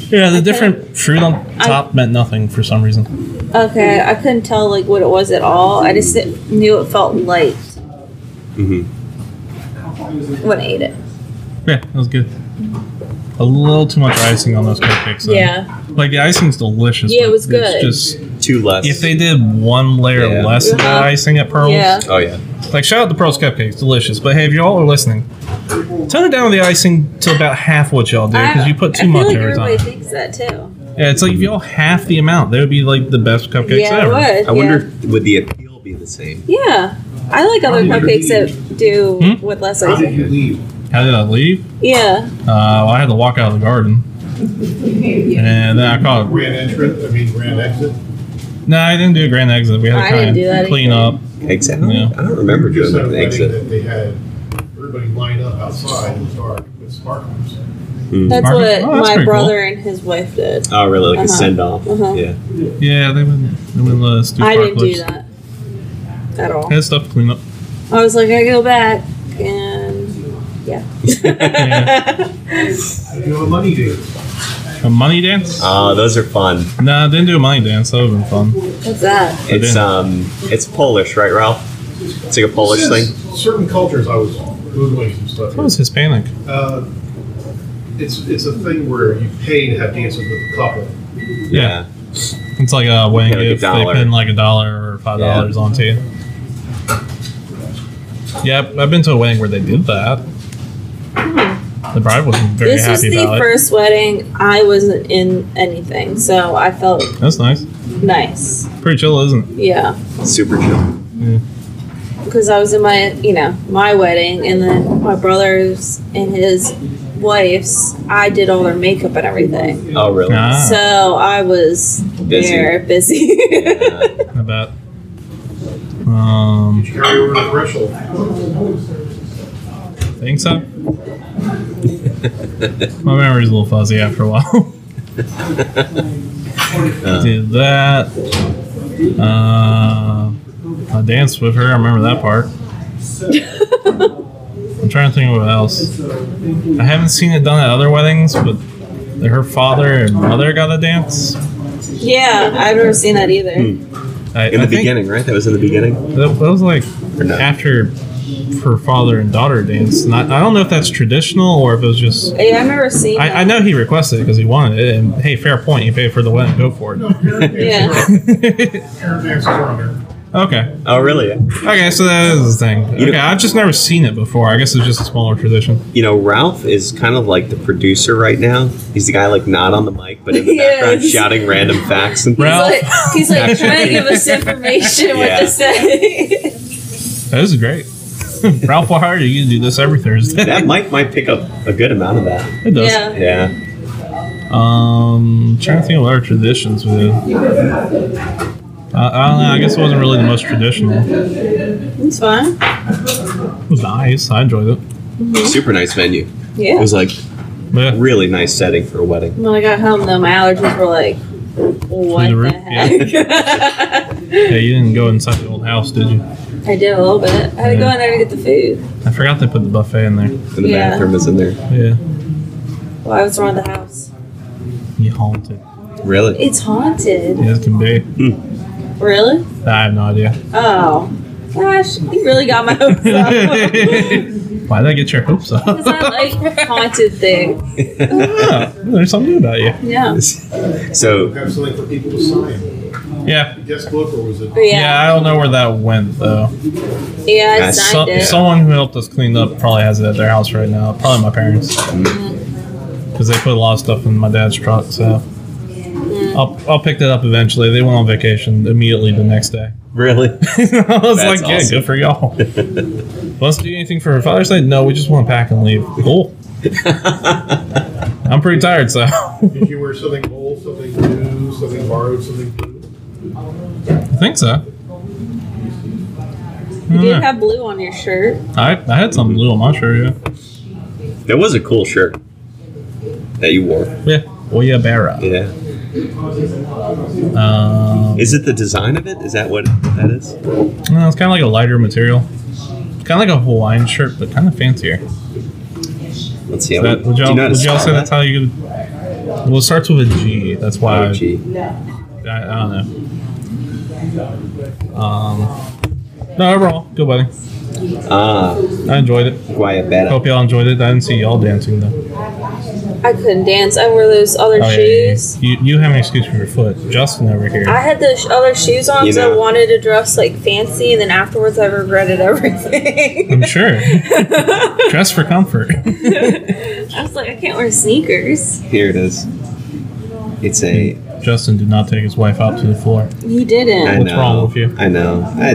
S1: Yeah, the different fruit on top meant nothing for some reason.
S2: Okay, I couldn't tell like what it was at all. I just didn't- knew it felt light
S3: hmm
S2: when I ate it.
S1: Yeah, that was good. A little too much icing on those cupcakes. Though.
S2: Yeah,
S1: like the icing's delicious.
S2: Yeah, it
S1: but
S2: was good.
S1: It's just
S3: Two less.
S1: if they did one layer
S3: Yeah.
S1: less of that
S2: Uh-huh.
S1: icing at Pearls,
S2: yeah.
S3: oh yeah.
S1: like shout out to Pearls cupcakes, delicious. But hey, if y'all are listening, tone it down the icing to about half what y'all do because you put
S2: I
S1: too
S2: feel
S1: much
S2: like
S1: every time.
S2: everybody thinks that too.
S1: Yeah, it's like if y'all half the amount, they would be like the best cupcakes
S2: yeah,
S1: ever.
S2: it would.
S3: I wonder
S2: yeah.
S3: if would the appeal be the same?
S2: Yeah, I like other
S4: How did
S2: cupcakes
S4: you
S2: that do
S1: Hmm?
S2: with less
S4: How did
S2: icing.
S4: you leave?
S1: How did I leave?
S2: Yeah,
S1: Uh, well, I had to walk out of the garden, and then I caught.
S4: Grand entrance, I mean, grand exit.
S1: No, I didn't do a grand exit. We had to
S2: I
S1: kind
S2: didn't do that
S1: of clean
S2: either.
S1: up.
S3: Exactly.
S1: Yeah.
S3: I don't remember
S4: Just
S3: doing
S4: at a
S3: an
S4: wedding
S3: exit.
S4: that They had everybody lined up outside in the dark with sparklers.
S2: that's
S1: Marvin?
S2: what
S1: Oh, that's
S2: my
S1: pretty cool.
S2: brother and his wife did.
S3: Oh, really? Like a
S2: Uh-huh.
S3: send off?
S2: Uh-huh.
S3: Yeah.
S1: Yeah, they wouldn't. They wouldn't let us do.
S2: I
S1: park
S2: didn't do
S1: lifts.
S2: that at all.
S1: I had stuff to clean up.
S2: I was like, I go back and yeah.
S1: Yeah.
S4: I do a money date.
S1: A money dance?
S3: Oh, those are fun.
S1: No, nah, I didn't do a money dance. That would have been fun.
S2: What's that?
S3: It's
S1: didn't.
S3: um, it's Polish, right, Ralph? It's like a Polish
S4: Since
S3: thing.
S4: Certain cultures I was googling some stuff.
S1: That was Hispanic.
S4: Uh, it's it's a thing where you pay to have dances with a couple.
S1: Yeah. It's like a
S3: Yeah,
S1: wedding
S3: like a
S1: gift. They
S3: dollar.
S1: pin like a dollar or five dollars onto you. Yeah, I've- I've been to a wedding where they did that. The bride wasn't very
S2: this was
S1: happy
S2: the
S1: about
S2: first wedding I wasn't in anything, so I felt
S1: it. That's nice.
S2: nice.
S1: Pretty chill, isn't it?
S2: Yeah,
S3: Super chill.
S2: because I was in my you know my wedding, and then my brother's and his wife's. I did all their makeup and everything,
S3: Oh, really?
S1: Nah,
S2: so I was
S3: Busy.
S2: there busy.
S3: Yeah.
S1: I bet. Um,
S4: You carry over the threshold.
S1: think so. My memory's a little fuzzy after a while. did that. Uh, I danced with her. I remember that part. I'm trying to think of what else. I haven't seen it done at other weddings, but her father and mother got a dance.
S2: yeah, I've never seen that either.
S1: I,
S3: In
S1: I
S3: the
S1: think
S3: beginning, right? That was in the beginning.
S1: That, that was like
S3: Or no?
S1: after her father and daughter danced. And I, I don't know if that's traditional or if it was just.
S2: Yeah, I've never seen.
S1: I, I know he requested it because he wanted it, and hey, fair point. You pay for the wedding, go for
S4: No, parent
S2: Yeah.
S4: dances
S1: it.
S4: are- parent dances are on there.
S1: okay,
S3: Oh, really?
S1: okay, so that is the thing.
S3: You
S1: Okay,
S3: know-
S1: I've just never seen it before. I guess it's just a smaller tradition.
S3: You know, Ralph is kind of like the producer right now. He's the guy like not on the mic, but in the
S2: He
S3: background
S2: is.
S3: shouting random facts and
S2: He's
S1: Ralph-
S2: like, he's like trying to give us information what
S3: Yeah.
S2: to say.
S1: That is great. Ralph, why are you do this every Thursday?
S3: That mic might pick up a good amount of that.
S1: it does.
S2: yeah.
S3: Yeah.
S1: Um, trying to think of what our traditions we did. I, I don't know. I guess it wasn't really the most traditional. It
S2: It's fine.
S1: was nice. I enjoyed it.
S3: Super nice venue. It
S2: Yeah.
S3: was like
S1: Yeah.
S3: really nice setting for a wedding.
S2: When I got home, though, my allergies were like, what
S1: Through the
S2: the
S1: roof,
S2: heck?
S1: Yeah, you didn't go inside the old house, did you?
S2: I did a little bit. I had to go in there to get the food.
S1: I forgot they put the buffet in there.
S3: And the
S2: Yeah.
S3: bathroom is in there.
S1: Yeah.
S2: Well, I was around the house.
S1: You haunted.
S3: Really?
S2: It's haunted.
S1: Yeah, it can be.
S2: Really?
S1: I have no idea.
S2: Oh. Gosh, you really got my hopes up.
S1: Why did I get your hopes up?
S2: Because I like haunted things.
S1: Yeah, there's something new about you.
S2: Yeah.
S3: so
S4: Have something for people to sign.
S1: Yeah.
S4: Guest book or was it?
S2: But
S1: Yeah, I
S2: yeah.
S1: don't know where that went though.
S2: Yeah, I
S3: Yeah,
S2: signed
S1: So,
S2: it.
S1: someone who helped us clean up probably has it at their house right now. Probably my parents,
S2: Mm-hmm.
S1: because they put a lot of stuff in my dad's truck. So I'll, I'll pick that up eventually. They went on vacation immediately the next day.
S3: really?
S1: I was
S3: That's
S1: like, yeah,
S3: awesome.
S1: good for y'all. Let's do anything for Father's Day? No, we just want to pack and leave. Cool. I'm pretty tired, so I
S4: Did you wear something old, something new, something borrowed, something new?
S1: think so.
S2: You
S1: Hmm.
S2: did have blue on your shirt.
S1: I, I had some blue on my shirt, yeah.
S3: that was a cool shirt that you wore.
S1: Yeah. Oyabera.
S3: Yeah.
S1: Um,
S3: Is it the design of it? Is that what that is?
S1: no, it's kind of like a lighter material. Kind of like a Hawaiian shirt, but kind of fancier.
S3: Let's see.
S1: That, would
S3: Do
S1: y'all,
S3: you know how to
S1: would y'all
S3: spell
S1: say that's how you could. Well, it starts with a G. That's why
S3: Oh, gee.
S1: I, I, I don't know. Um, no, overall, good wedding.
S3: Ah,
S1: I enjoyed it.
S3: Guayabera.
S1: Hope y'all enjoyed it. I didn't see y'all dancing though.
S2: I couldn't dance. I wore those other
S1: Oh, yeah, yeah, yeah.
S2: shoes.
S1: You, you have an excuse for your foot. Justin over here.
S2: I had those other shoes on
S3: You
S2: because I
S3: know.
S2: wanted to dress like fancy, and then afterwards I regretted everything.
S1: I'm sure. Dress for comfort.
S2: I was like, I can't wear sneakers.
S3: Here it is. It's a.
S1: Justin did not take his wife out to the floor.
S2: He didn't.
S3: I
S1: What's
S3: know,
S1: wrong with you?
S3: I know. I,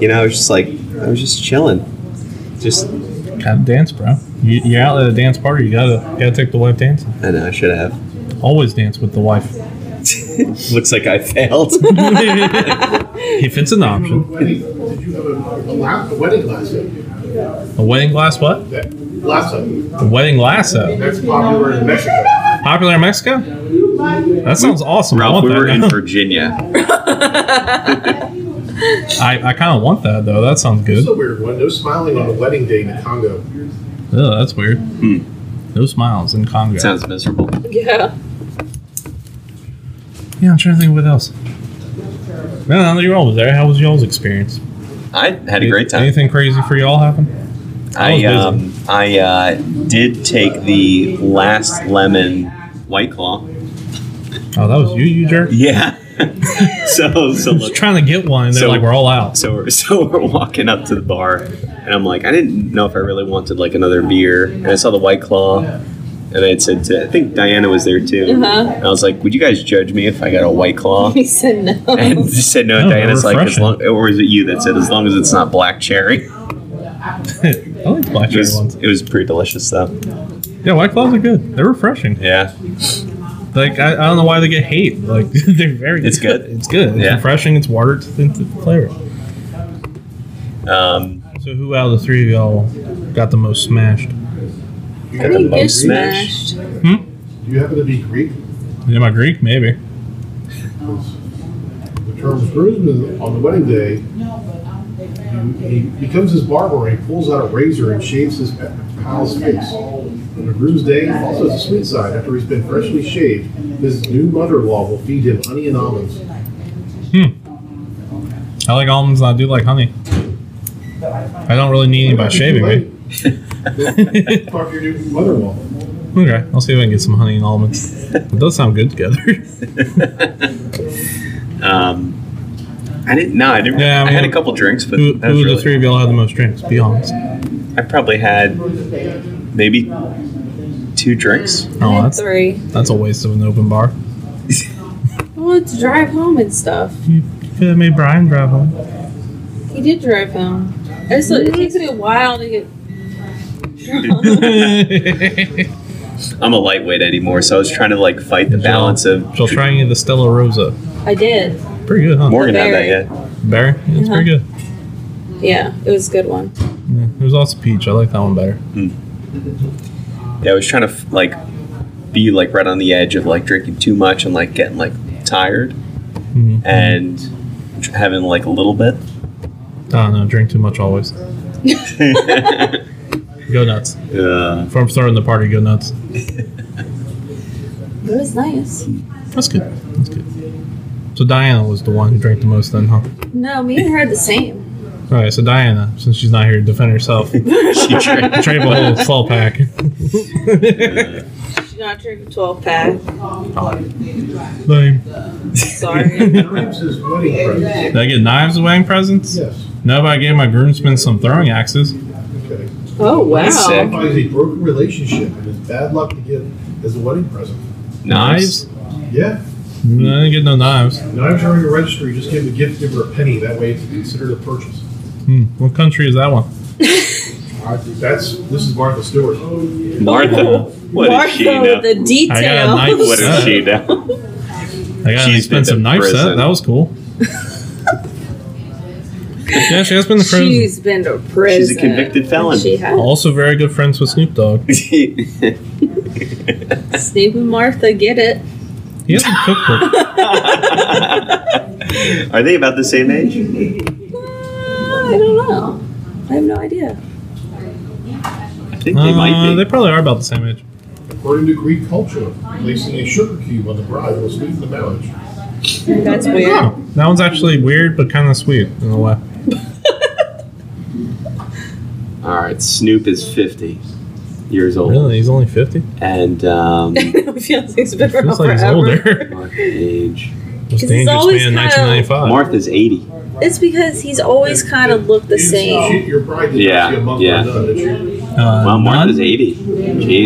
S3: you know, I was just like, I was just chilling. Just,
S1: Gotta dance, bro. You, you're out at a dance party. You gotta gotta take the wife dancing.
S3: I know, I should have.
S1: Always dance with the wife.
S3: Looks like I failed.
S1: if it's an option,
S4: Wedding, did you have a, a, la- a wedding lasso?
S1: a wedding glass. What?
S4: That lasso,
S1: A wedding lasso.
S4: that's popular in Mexico.
S1: Popular in Mexico. That sounds awesome. I
S5: Ralph,
S1: want
S5: we
S1: that.
S5: were in
S1: now.
S5: Virginia.
S1: I, I kind of want that though. That sounds good.
S4: This is a weird one. No smiling on a wedding day in the Congo.
S1: Oh, that's weird. No smiles in Congo.
S5: Hmm. Sounds miserable.
S2: Yeah.
S1: yeah, I'm trying to think of what else. No, no, you all was there. How was y'all's experience?
S5: I had a great time.
S1: Anything crazy for y'all happen? I was
S5: I um, I uh, did take the last lemon white claw.
S1: Oh, that was you, you jerk.
S5: Yeah. so so
S1: I'm just
S5: look,
S1: trying to get one, and they're
S5: So-
S1: like, "We're all out."
S5: so we're, so we're walking up to the bar, and I'm like, I didn't know if I really wanted like another beer, and I saw the white claw, and I had said, to, I think Diana was there too.
S2: Uh-huh.
S5: And I was like, Would you guys judge me if I got a white claw?
S2: He said no.
S5: And she said no.
S1: No,
S5: Diana's like, as
S1: refreshing.
S5: long, or is it you that said, as long as it's not black cherry?
S1: I like black
S5: It
S1: cherry
S5: was,
S1: ones.
S5: it was pretty delicious though.
S1: Yeah, white claws are good. They're refreshing.
S5: Yeah,
S1: Like I, I don't know why they get hate. Like they're very.
S5: It's good.
S1: It's good. It's
S5: Yeah.
S1: refreshing. It's watered to the flavor.
S5: um,
S1: So who out of the three of y'all got the most smashed?
S4: You
S2: I
S4: happen to
S2: think
S4: be
S2: you're
S5: most
S4: Greek?
S5: smash.
S2: smashed.
S4: You happen to be Greek?
S1: Am I Greek? Maybe.
S4: 'Cause The term groomsman on the wedding day, you- he becomes his barber and he pulls out a razor and shaves his pal's face. On the groom's day, also the sweet side, after he's been freshly shaved, his new mother-in-law will feed him honey and almonds.
S1: Hmm. I like almonds. and I do like honey. I don't really need anybody shaving me.
S4: Right? Fuck your new mother-in-law.
S1: Okay, I'll see if I can get some honey and almonds. It does sound good together.
S5: um, I didn't. No, I didn't.
S1: Yeah,
S5: I had
S1: well,
S5: a couple drinks, but
S1: who
S5: that
S1: who
S5: was
S1: of the
S5: really-
S1: three of y'all had the most drinks? Be honest.
S5: I probably had maybe two drinks.
S2: I
S1: Oh,
S2: had
S1: that's
S2: three.
S1: that's a waste of an open bar.
S2: I wanted to drive home and stuff.
S1: You could have made Brian drive home.
S2: He did drive home. I just, it takes me a while to get drunk.
S1: She'll
S5: I'm a lightweight anymore, so I was trying to like fight the balance of.
S1: try and get the Stella Rosa.
S2: I did.
S1: Pretty good, huh?
S5: Morgan had that
S2: Very.
S5: yet.
S1: Barry? It's
S2: Uh-huh.
S1: pretty good.
S2: Yeah, it was a good one.
S1: Yeah, there's also peach. I like that one better.
S5: Yeah, I was trying to f- like be like right on the edge of like drinking too much and like getting like tired
S1: Mhm.
S5: and tr- having like a little bit.
S1: I don't know. Drink too much always. go nuts.
S3: Uh,
S1: If I'm starting the party, go nuts.
S2: It was nice.
S1: That's good. That's good. So Diana was the one who drank the most then, huh?
S2: No, me and her had the same.
S1: All right. So Diana, since she's not here to defend herself,
S3: she drank.
S1: trade a whole salt pack.
S2: She did not drink a 12 pack.
S1: Lame.
S2: Sorry.
S4: Grimes is wedding presents.
S1: Did I get knives as wedding presents?
S4: Yes.
S1: No, but I gave my groomsmen some throwing axes.
S4: Okay.
S2: oh, wow.
S3: That's sick.
S4: Somebody's a broken relationship and it's bad luck to get as a wedding present.
S3: Knives?
S4: Yeah.
S1: No, I didn't get no knives.
S4: Knives are in the registry. Just give the gift giver a penny. That way it's considered a purchase.
S1: Hmm. What country is that one?
S4: I think that's this is Martha Stewart.
S3: Martha. What
S2: Martha
S3: did she
S2: with
S3: know?
S2: the detail.
S1: I got a knife.
S3: What did she know?
S1: I got an
S3: She's been to
S1: expensive knife set.
S3: prison.
S1: That was cool. yeah, she has been to prison.
S2: She's been to prison.
S3: She's a convicted felon.
S2: She has.
S1: Also, very good friends with Snoop Dogg.
S2: Snape and Martha get it.
S1: He has a cookbook.
S3: Are they about the same age?
S2: I don't know. I have no idea.
S3: I think they
S1: Uh,
S3: might
S1: they
S3: be.
S1: probably are about the same age.
S4: According to Greek culture, placing a sugar cube on the bride will sweeten the marriage.
S2: That's weird.
S1: Oh, that one's actually weird, but kind of sweet in a way.
S3: All right, Snoop is 50 years old.
S1: Really, he's only fifty.
S3: And um,
S2: it feels like it's been around
S1: Feels like he's
S2: forever.
S1: older.
S3: Martha age.
S1: Most
S2: he's
S1: dangerous
S2: always
S1: man,
S2: kinda-
S1: nineteen ninety-five.
S3: Martha's 80.
S2: It's because he's always kind of looked the
S4: You-
S2: same.
S4: she- your bride did
S3: Yeah,
S4: not see a monk
S3: yeah.
S4: or nun, did she?
S1: Uh,
S3: Wow, Martha's
S1: none?
S3: 80.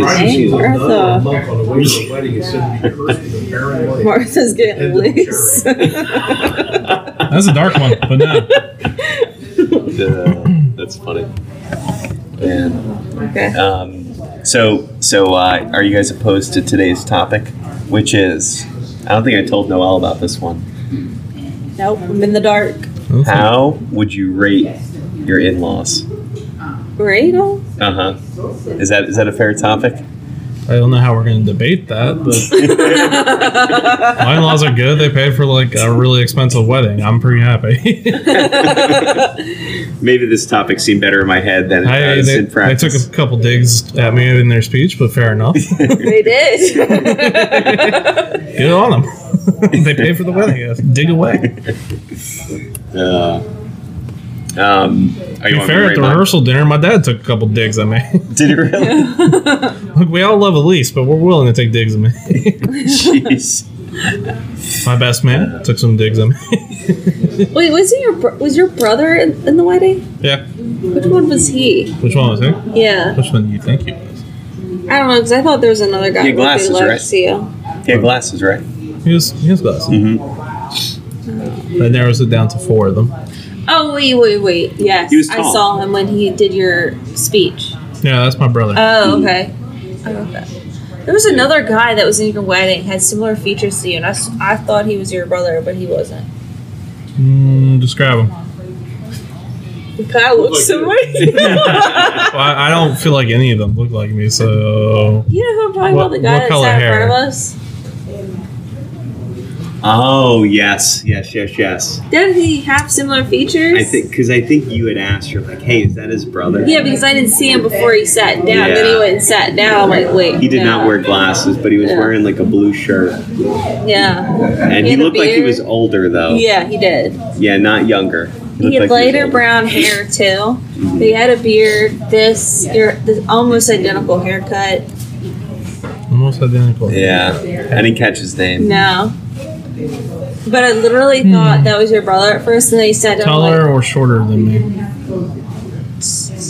S4: Bride
S2: Hey,
S4: sees a
S3: Jeez.
S4: nun or
S2: Martha.
S4: a monk on the way to a wedding is said to be cursed with a barren wife.
S2: Martha's getting
S4: And the
S2: loose.
S1: That's a dark one, but no.
S3: Uh, that's funny. And,
S2: okay.
S3: um, so, so uh, are you guys opposed to today's topic, which is? I don't think I told Noel about this one.
S2: Nope, I'm in the dark.
S3: How would you rate your in-laws?
S2: Right? Oh,
S3: Uh huh. Is that is that a fair topic?
S1: I don't know how we're going to debate that, but my in-laws are good. They paid for like a really expensive wedding. I'm pretty happy.
S3: Maybe this topic seemed better in my head than it
S1: I,
S3: does
S1: they,
S3: in
S1: they took
S3: practice.
S1: a couple digs at me in their speech, but fair enough.
S2: they did.
S1: Good on them. they paid for the wedding. Yes. Dig away.
S3: uh, um, are
S1: To
S3: you
S1: be
S3: want me
S1: fair,
S3: to
S1: at
S3: rate
S1: the
S3: mine?
S1: rehearsal dinner, my dad took a couple digs at me.
S3: Did it really?
S1: Look, we all love Elise, but we're willing to take digs at me.
S3: Jeez.
S1: my best man took some digs at me.
S2: Wait, wasn't your bro- was your brother in, in the wedding?
S1: yeah.
S2: Which one was he?
S1: Which one was it?
S2: Yeah,
S1: Which one do you think he was?
S2: I don't know because I thought there was another guy.
S3: He had
S2: with
S3: glasses,
S2: big legs,
S3: right?
S2: too.
S3: Yeah, glasses, right?
S1: He was, he was glasses.
S3: Mhm. Mm-hmm.
S1: That narrows it down to four of them.
S2: Oh wait, wait, wait. Yes,
S3: He was
S2: I
S3: tall.
S2: saw him when he did your speech.
S1: Yeah, that's my brother.
S2: Oh
S3: Hmm.
S2: okay. okay. There was another guy that was in your wedding had similar features to you, and I, s- I thought he was your brother, but he wasn't.
S1: Mm, describe him.
S2: He kind of looks similar.
S1: Well, I, I don't feel like any of them look like me, so
S2: you know who I'm talking
S1: What-
S2: about? The
S1: what
S2: guy that
S1: color
S2: sat in front
S1: hair?
S2: of us.
S3: Oh yes, yes, yes, yes.
S2: Did he have similar features?
S3: I think because I think you had asked her like, "Hey, is that his brother?"
S2: Yeah, because I didn't see him before he sat down. Then he
S3: Yeah.
S2: went and sat down. I'm like, wait.
S3: He did
S2: no.
S3: not wear glasses, but he was
S2: Yeah.
S3: wearing like a blue shirt,
S2: Yeah.
S3: and
S2: He
S3: he
S2: had a
S3: looked like he
S2: beard.
S3: was older though.
S2: Yeah, he did.
S3: Yeah, not younger.
S2: He had
S3: looked like was
S2: lighter
S3: older.
S2: brown hair too. He had a beard. This, your, this almost identical haircut.
S1: almost identical.
S3: Yeah, I didn't catch his name.
S2: No. But I literally thought that was your brother at first, and then he sat down.
S1: Hmm. Taller
S2: Like,
S1: or shorter than me?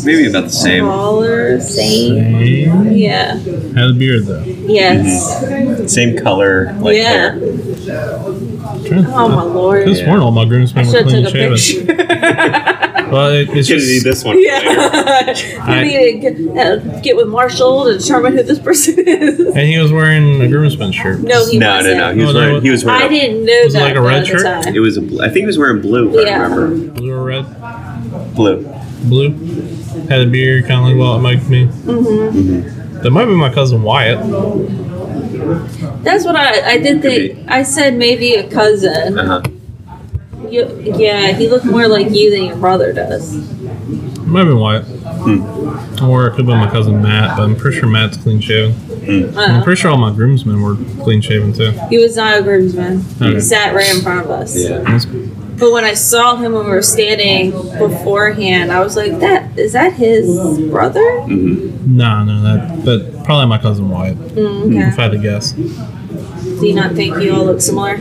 S3: Maybe about the same.
S2: taller, same.
S1: Same.
S2: Yeah.
S1: Had a beard though.
S2: Yes.
S3: Same color, Mm-hmm. like
S2: Yeah.
S3: hair.
S1: Trying to-
S2: Oh my lord.
S1: uh, This
S3: Yeah.
S1: morning, all my
S2: I
S1: groomsmen were
S2: should have
S1: clean
S2: took a
S1: shaven.
S2: picture.
S1: Well, it, it's
S3: Gonna need
S1: just
S3: this one. for later.
S2: Yeah.
S1: I-
S2: I need to get, uh, get with Marshall to determine who this person is.
S1: and he was wearing a groomsman shirt.
S2: No, he
S3: No, no,
S2: wasn't.
S3: no. He
S1: Oh,
S3: was
S1: no,
S3: wearing. He
S2: I
S3: was wearing.
S2: didn't know
S1: Was it
S2: that.
S1: like a red
S2: at the
S1: shirt?
S3: A,
S2: time.
S3: it was a. bl- I think he was wearing blue. If
S2: Yeah.
S3: I remember.
S1: blue or red,
S3: Blue.
S1: blue. Had a beard, kind of like well, it might me. Mm-hmm. That might be my cousin Wyatt.
S2: That's what I, I did
S3: Could Uh-huh.
S2: think. I said maybe a cousin.
S3: Uh huh.
S2: You, yeah, he looked more like you than your brother does.
S1: It might have been Wyatt. Or it could have been my cousin Matt, but I'm pretty sure Matt's clean shaven. I'm
S2: Uh,
S1: pretty sure all my groomsmen were clean shaven too.
S2: he was not a groomsman.
S1: Okay.
S2: He sat right in front of us.
S1: That's-
S2: But when I saw him when we were standing beforehand, I was like, "That is that his brother?"
S3: Mm.
S1: Nah, no, that, that probably my cousin Wyatt,
S2: Mm,
S1: if I
S2: okay.
S1: had to guess.
S2: Do you not think you all look similar?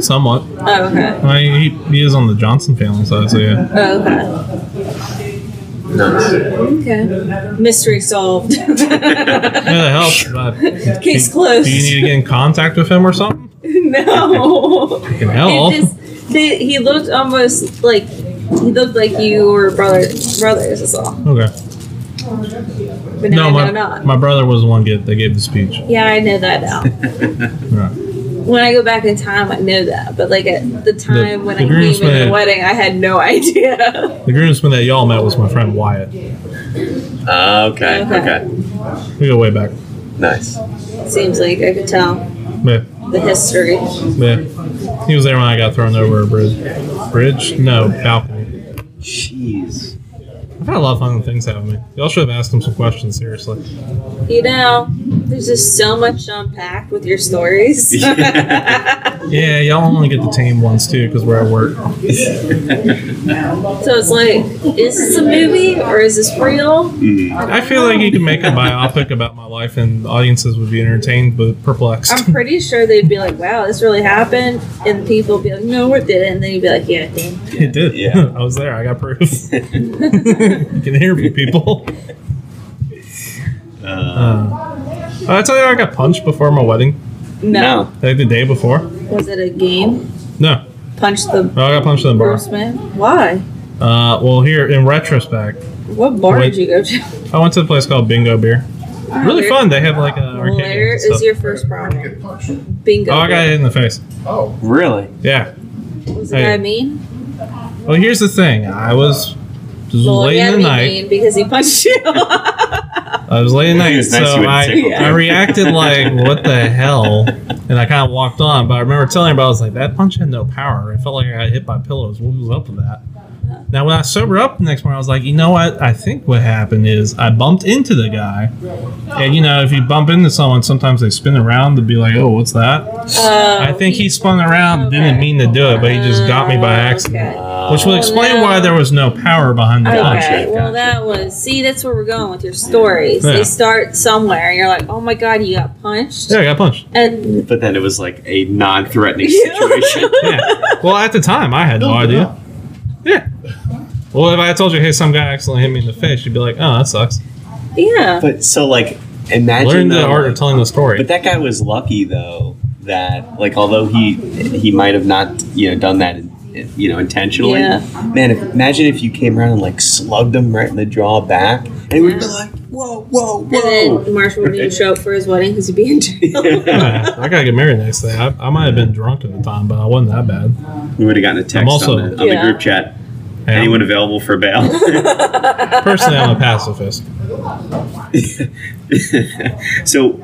S1: Somewhat.
S2: Oh, okay.
S1: I, he, he is on the Johnson family side, so yeah.
S2: Oh,
S5: Nice.
S2: okay. Okay. Mystery solved.
S1: Yeah, that helps. but-
S2: Case
S1: do-
S2: closed.
S1: Do you need to get in contact with him or something?
S2: no.
S1: Fucking hell.
S2: It just, they, he looked almost like he looked like you were brother brothers. Is all.
S1: Okay.
S2: But now
S1: No, my,
S2: I know not.
S1: my brother was the one get, that gave the speech.
S2: yeah, I know that now.
S1: Right.
S2: when I go back in time, I know that. But like at the time when
S1: the
S2: I came in
S1: groomsman.
S2: the wedding, I had no idea.
S1: The groomsman that y'all met was my friend Wyatt.
S5: Ah, okay,
S2: Okay.
S5: okay.
S1: We go way back.
S5: Nice.
S2: Seems like I could tell
S1: Yeah.
S2: the history.
S1: Yeah. He was there when I got thrown over a bridge. Bridge? No, balcony.
S5: Jeez.
S1: I've had a lot of fun things happen to me. Y'all should have asked him some questions, seriously.
S2: You know, there's just so much to unpack with your stories. so
S1: Yeah, y'all only get to tame ones too, because we're at work.
S2: it's like, is this a movie or is this real?
S1: I feel like you could make a biopic about my life and audiences would be entertained but perplexed.
S2: I'm pretty sure they'd be like, wow, this really happened. And people would be like, no, it didn't. And then you'd be like, yeah, it did.
S1: it did.
S5: Yeah.
S1: I was there. I got proof. you can interview people.
S5: Uh,
S1: Uh, I tell you, I got punched before my wedding.
S2: No.
S5: no.
S1: Like the day before.
S2: Was it a game?
S1: No,
S2: Punch the
S1: I got punched in the bar.
S2: groomsman? Why?
S1: Uh, well, here in retrospect,
S2: What bar
S1: What-
S2: did you go to?
S1: I went to a place called Bingo Beer. Really
S2: Where-
S1: fun. They have like an arcade. games
S2: Where
S1: and
S2: is
S1: stuff.
S2: your first problem?
S4: Get punched.
S2: Bingo.
S1: Oh, I got hit in the face.
S4: Oh,
S5: Really?
S1: Yeah.
S2: Was the
S1: Hey.
S2: guy mean?
S1: Well, here's the thing. I was this was
S2: Well,
S1: late
S2: he had
S1: in
S2: to
S1: the
S2: be
S1: night.
S2: mean because he punched you.
S1: I was late at night,
S5: It was nice you
S1: so
S5: wouldn't
S1: I,
S5: tickle
S2: him.
S1: I reacted like, "What the hell?" And I kind of walked on, but I remember telling her, I was like, "That punch had no power. I felt like I got hit by pillows. What was up with that?" Now, when I sobered up the next morning, I was like, "You know what? I think what happened is I bumped into the guy, and you know, if you bump into someone, sometimes they spin around to be like, "Oh, what's that?"
S2: Oh,
S1: I think he spun around,
S2: okay.
S1: didn't mean to do it, but he just got me by
S2: Oh,
S1: accident,
S2: Okay.
S5: Uh,
S1: which will
S2: Oh,
S1: explain
S2: no.
S1: why there was no power behind the
S2: Okay,
S1: punch.
S5: Gotcha, gotcha.
S2: well, that was. See, that's where we're going with your stories.
S1: Yeah.
S2: They start somewhere, and you're like, oh my god, you got punched.
S1: Yeah, I got punched.
S2: And
S5: but then it was like a non-threatening
S2: Yeah.
S5: situation.
S1: yeah. Well, at the time, I had no
S4: build it
S1: idea.
S4: up.
S1: Yeah. Well, if I told you, hey, some guy accidentally hit me in the face, you'd be like, oh, that sucks.
S2: yeah.
S5: but so like, imagine
S1: Learn
S5: though,
S1: the art
S5: like-
S1: of telling the story.
S5: But that guy was lucky though that like although he he might have not you know done that you know intentionally.
S2: Yeah.
S5: Man, if, imagine if you came around and like slugged him right in the jaw back, and he would be like, whoa, whoa,
S2: and
S5: whoa.
S2: then Marshall wouldn't even show up for his wedding because he'd be in jail.
S1: Yeah, I gotta get married next day. I, I might have been drunk at the time, but I wasn't that bad.
S5: we would have gotten a text
S1: I'm also-
S5: on, the, on
S2: Yeah.
S5: the group chat.
S1: Yeah.
S5: Anyone available for bail?
S1: Personally, I'm a pacifist.
S5: so,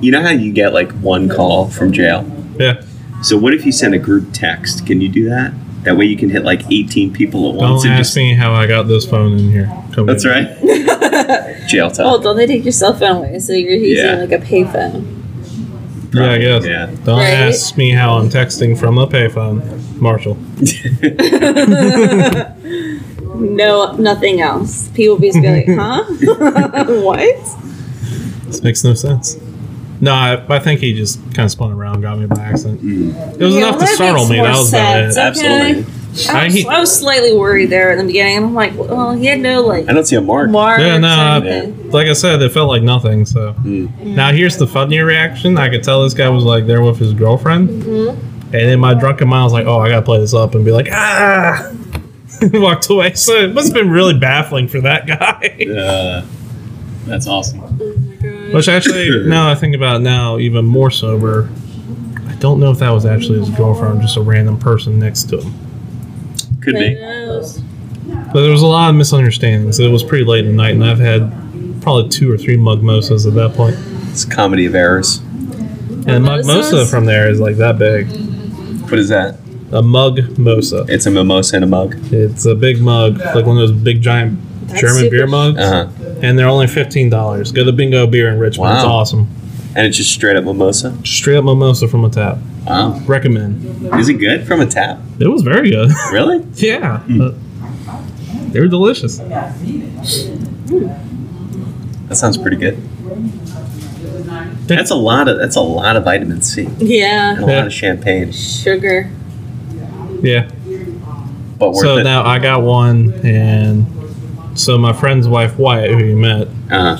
S5: you know how you get like one call from jail.
S1: Yeah.
S5: So what if you send a group text? Can you do that? That way you can hit like 18 people at once
S1: Don't
S5: and
S1: ask
S5: just
S1: me how I got this phone in here. Come
S5: That's
S1: get it.
S5: right. Jail time.
S2: oh, don't they take your cell phone away? So you're using
S5: Yeah.
S2: like a payphone.
S1: Yeah, I guess.
S5: Yeah.
S1: Don't
S2: Right.
S1: ask me how I'm texting from a payphone, Marshall.
S2: No, nothing else. People would just be like, huh? what?
S1: This makes no sense. No, I, I think he just kind of spun around, got me by accident.
S5: Mm.
S1: It was
S2: Yeah,
S1: enough to
S2: well, that
S1: startle
S2: makes
S1: me.
S2: more
S1: That was about
S2: sense.
S1: it.
S5: Absolutely.
S1: I
S2: I was,
S1: hate-
S2: I was slightly worried there in the beginning. and I'm like, well, he had no like
S5: I don't see a mark.
S2: marks
S1: Yeah,
S2: or
S1: no, I-
S2: anything.
S1: like I said, it felt like nothing. So now here's the funnier reaction. I could tell this guy was like there with his girlfriend, and in my drunken mind, I was like, "Oh, I gotta play this up," and be like, "Ah!" and walked away. So it must have been really baffling for that
S3: Mm.
S1: guy.
S5: Uh, that's awesome.
S1: Which actually, now I think about it now, even more sober. I don't know if that was actually his girlfriend, or just a random person next to him.
S5: Could
S2: Who
S5: be.
S2: knows?
S1: But there was a lot of misunderstandings. It was pretty late at night, and I've had probably two or three mug mosas at that point.
S5: It's a comedy of errors.
S1: And mug mosa
S2: Mimosas?
S1: from there is like that big.
S5: What is that?
S1: a mug mosa.
S5: It's a mimosa in a mug.
S1: It's a big mug, like one of those big giant
S2: That's
S1: German
S2: super-
S1: beer mugs,
S5: Uh huh.
S1: and they're only fifteen dollars. Go to Bingo Beer in Richmond. It's
S5: Wow.
S1: awesome.
S5: And it's just straight up mimosa.
S1: Straight up mimosa from a tap.
S5: Wow.
S1: Recommend.
S5: Is it good from a tap?
S1: It was very good.
S5: Really?
S1: yeah. Uh, they were delicious.
S5: That sounds pretty good. That's a lot of that's a lot of vitamin C and a
S1: Yeah.
S2: Yeah.
S5: lot of champagne,
S2: Sugar.
S1: Yeah.
S5: but worth
S1: So
S5: it.
S1: now I got one, and so my friend's wife Wyatt, who you met,
S5: uh,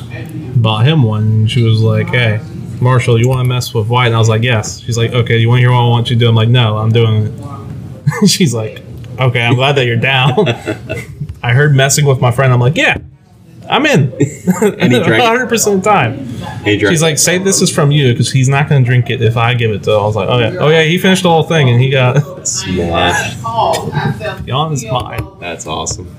S1: bought him one. And she was like, "Hey, Marshall, you want to mess with Wyatt?" And I was like, "Yes." She's like, "Okay, you want to hear what I want you to do?" I'm like, "No, I'm doing it." She's like, "Okay, I'm glad that you're down." I heard messing with my friend. I'm like, "Yeah, I'm in."
S5: And he drank?
S1: 100 percent time.
S5: hey, Drake.
S1: She's like, "Say this is from you because he's not going to drink it if I give it to." Him. I was like, "Oh yeah, oh yeah." He finished the whole thing, and he got
S5: smash.
S1: on his mind.
S5: That's awesome.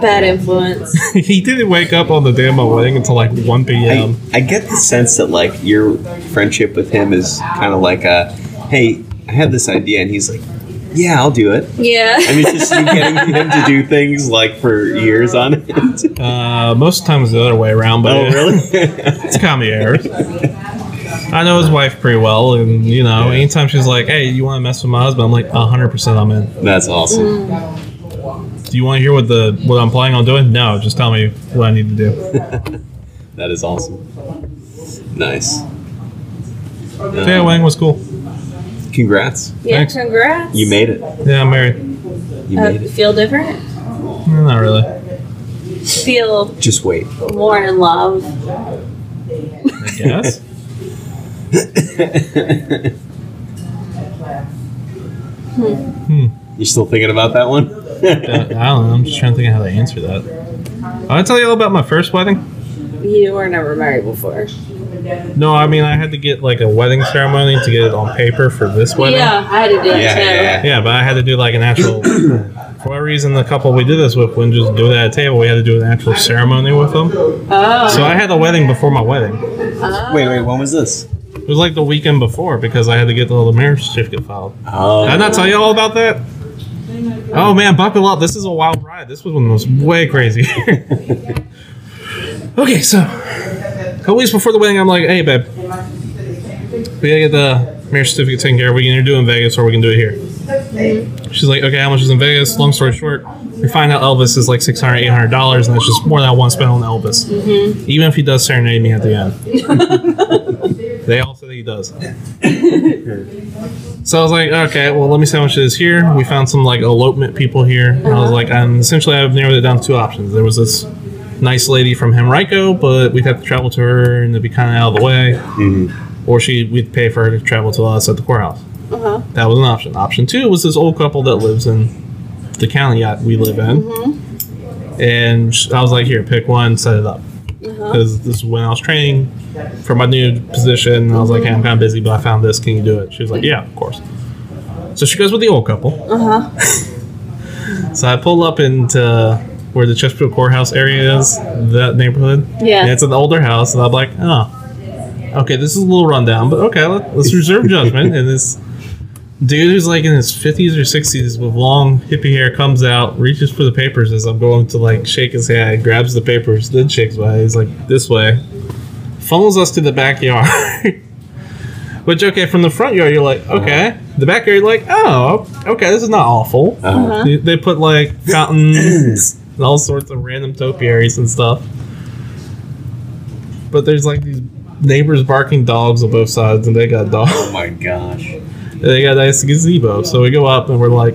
S2: Bad influence.
S1: he didn't wake up on the day of my wedding until like 1
S5: I,
S1: p.m.
S5: I get the sense that like your friendship with him is kind of like a, hey, I had this idea, and he's like, yeah, I'll do it.
S2: Yeah.
S5: I mean, it's just you getting him to do things like for years on end.
S1: Uh, most times the other way around, but
S5: oh,
S1: yeah,
S5: really?
S1: it's comedy errors. I know his wife pretty well, and you know, anytime she's like, "Hey, you want to mess with my husband?" I'm like, "100%, I'm in."
S5: That's awesome.
S1: Do you want to hear what the what I'm planning on doing? No, just tell me what I need to do.
S5: That is awesome. Nice.
S1: So yeah, wedding was cool.
S5: Um, Congrats.
S2: yeah,
S1: Thanks.
S2: congrats.
S5: You made it.
S1: Yeah, I'm married.
S5: You
S2: uh,
S5: made it.
S2: feel different.
S1: Eh, Not really.
S2: Feel
S5: Just wait.
S2: more in love.
S1: I guess.
S5: You still thinking about that one?
S1: Uh, I don't know. I'm just trying to think of how to answer that. I'll tell you all about my first wedding.
S2: You were never married before.
S1: No, I mean I had to get like a wedding ceremony to get it on paper for this wedding.
S2: Yeah, I had to do it too.
S1: Yeah, but I had to do like an actual. for whatever reason, the couple we did this with wouldn't just do it at a table. We had to do an actual ceremony with them.
S2: Oh. uh-huh.
S1: So I had a wedding before my wedding.
S5: Wait, wait. When was this?
S1: It was like the weekend before because I had to get all the marriage certificate filed.
S5: Oh,
S1: Did I not tell you all about that? Oh man, buckle up. This is a wild ride. This was one was way crazy. okay, so a couple weeks before the wedding, I'm like, hey, babe, we gotta get the marriage certificate taken care of. We can either do it in Vegas or we can do it here. She's like, okay, how much is in Vegas? Long story short, we find out Elvis is like $600, $800, and that's just more than I want to spend on Elvis. Even if he does serenade me at the end. they all say that he does. So I was like, okay, well, let me see how much it is here. We found some like elopement people here. And I was like, I'm essentially I've narrowed it down to two options. There was this nice lady from Henrico, but we'd have to travel to her and it'd be kind of out of the way, or she we'd pay for her to travel to us at the courthouse.
S2: Uh-huh.
S1: That was an option. Option two was this old couple that lives in the county yacht we live in, and sh- I was like, here, pick one, set it up. Because this is when I was training for my new position, and I was like, hey, I'm kind of busy, but I found this. Can you do it? She was like, yeah, of course. So she goes with the old couple.
S2: Uh-huh.
S1: So I pull up into where the Chesterfield Courthouse area is, that neighborhood.
S2: Yeah.
S1: And it's an older house, and I'm like, oh, okay, this is a little rundown, but okay, let, let's reserve judgment. and this dude who's like in his 50s or 60s with long hippie hair comes out, reaches for the papers as I'm going to like shake his hand, grabs the papers, then shakes my hand. He's like, this way. Funnels us to the backyard. Which okay, from the front yard you're like okay, the backyard you're like oh okay, this is not awful.
S5: Oh
S1: They, they put like fountains and all sorts of random topiaries and stuff. But there's like these neighbors barking dogs on both sides, and they got dogs.
S5: Oh my gosh.
S1: They got a nice gazebo. So we go up and we're like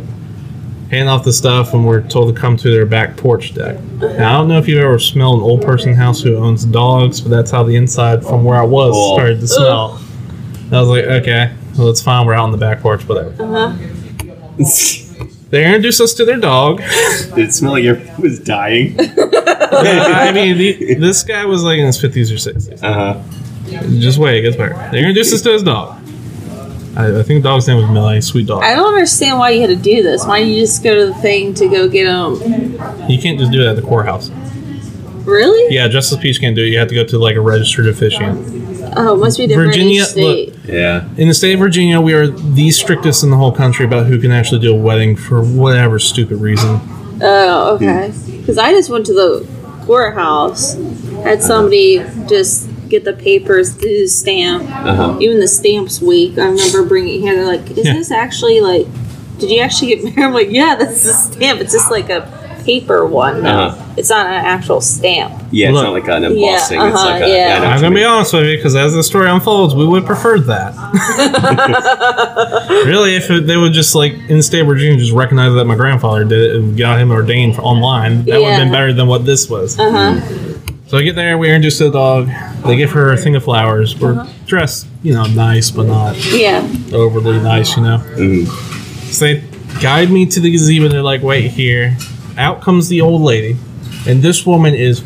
S1: hand off the stuff, and we're told to come to their back porch deck. Now, I don't know if you've ever smelled an old person house who owns dogs, but that's how the inside from where I was
S5: Oh.
S1: started to smell. I was like, okay, well, it's fine. We're out on the back porch, whatever.
S2: Uh-huh.
S5: Did
S1: They introduce us to their dog.
S5: it smell like your was dying?
S1: I mean, the, this guy was like in his 50s or 60s.
S5: Uh huh.
S1: Just wait, it gets better. They introduced us to his dog. I, I think the dog's name was Millie, sweet dog.
S2: I don't understand why you had to do this. Why didn't you just go to the thing to go get them?
S1: You can't just do that at the courthouse.
S2: Really?
S1: Yeah, Justice Peach can't do it. You have to go to like a registered officiant.
S2: Oh, it must be different in
S1: Virginia-
S2: each state.
S3: Yeah.
S1: In the state of Virginia, we are the strictest in the whole country about who can actually do a wedding for whatever stupid reason.
S2: Oh,
S3: Hmm.
S2: okay. Because I just went to the courthouse, had somebody just get the papers, do the stamp.
S3: Uh-huh.
S2: Even the stamps week, I remember bringing it here. They're like, "Is
S1: Yeah.
S2: this actually like? Did you actually get married?" I'm like, "Yeah, that's a stamp. It's just like a paper one.
S3: Uh-huh.
S2: It's not an actual stamp."
S3: Yeah, it's
S1: Look.
S3: not like an embossing.
S2: Yeah,
S3: it's
S2: uh-huh,
S3: like a,
S2: yeah.
S3: I know what
S1: I'm
S3: you
S1: going to be
S3: mean.
S1: honest with you because as the story unfolds, we would prefer that. really, if it, they would just, like, in the state of Virginia, just recognize that my grandfather did it and got him ordained for online, that would have
S2: Yeah.
S1: been better than what this was.
S3: Hmm.
S2: Uh huh.
S1: So I get there, we introduce the dog, they give her a thing of flowers. We're dressed, you know, nice, but not
S2: Yeah.
S1: overly nice, you know. So they guide me to the gazebo. They're like, "Wait here." Out comes the old lady, and this woman is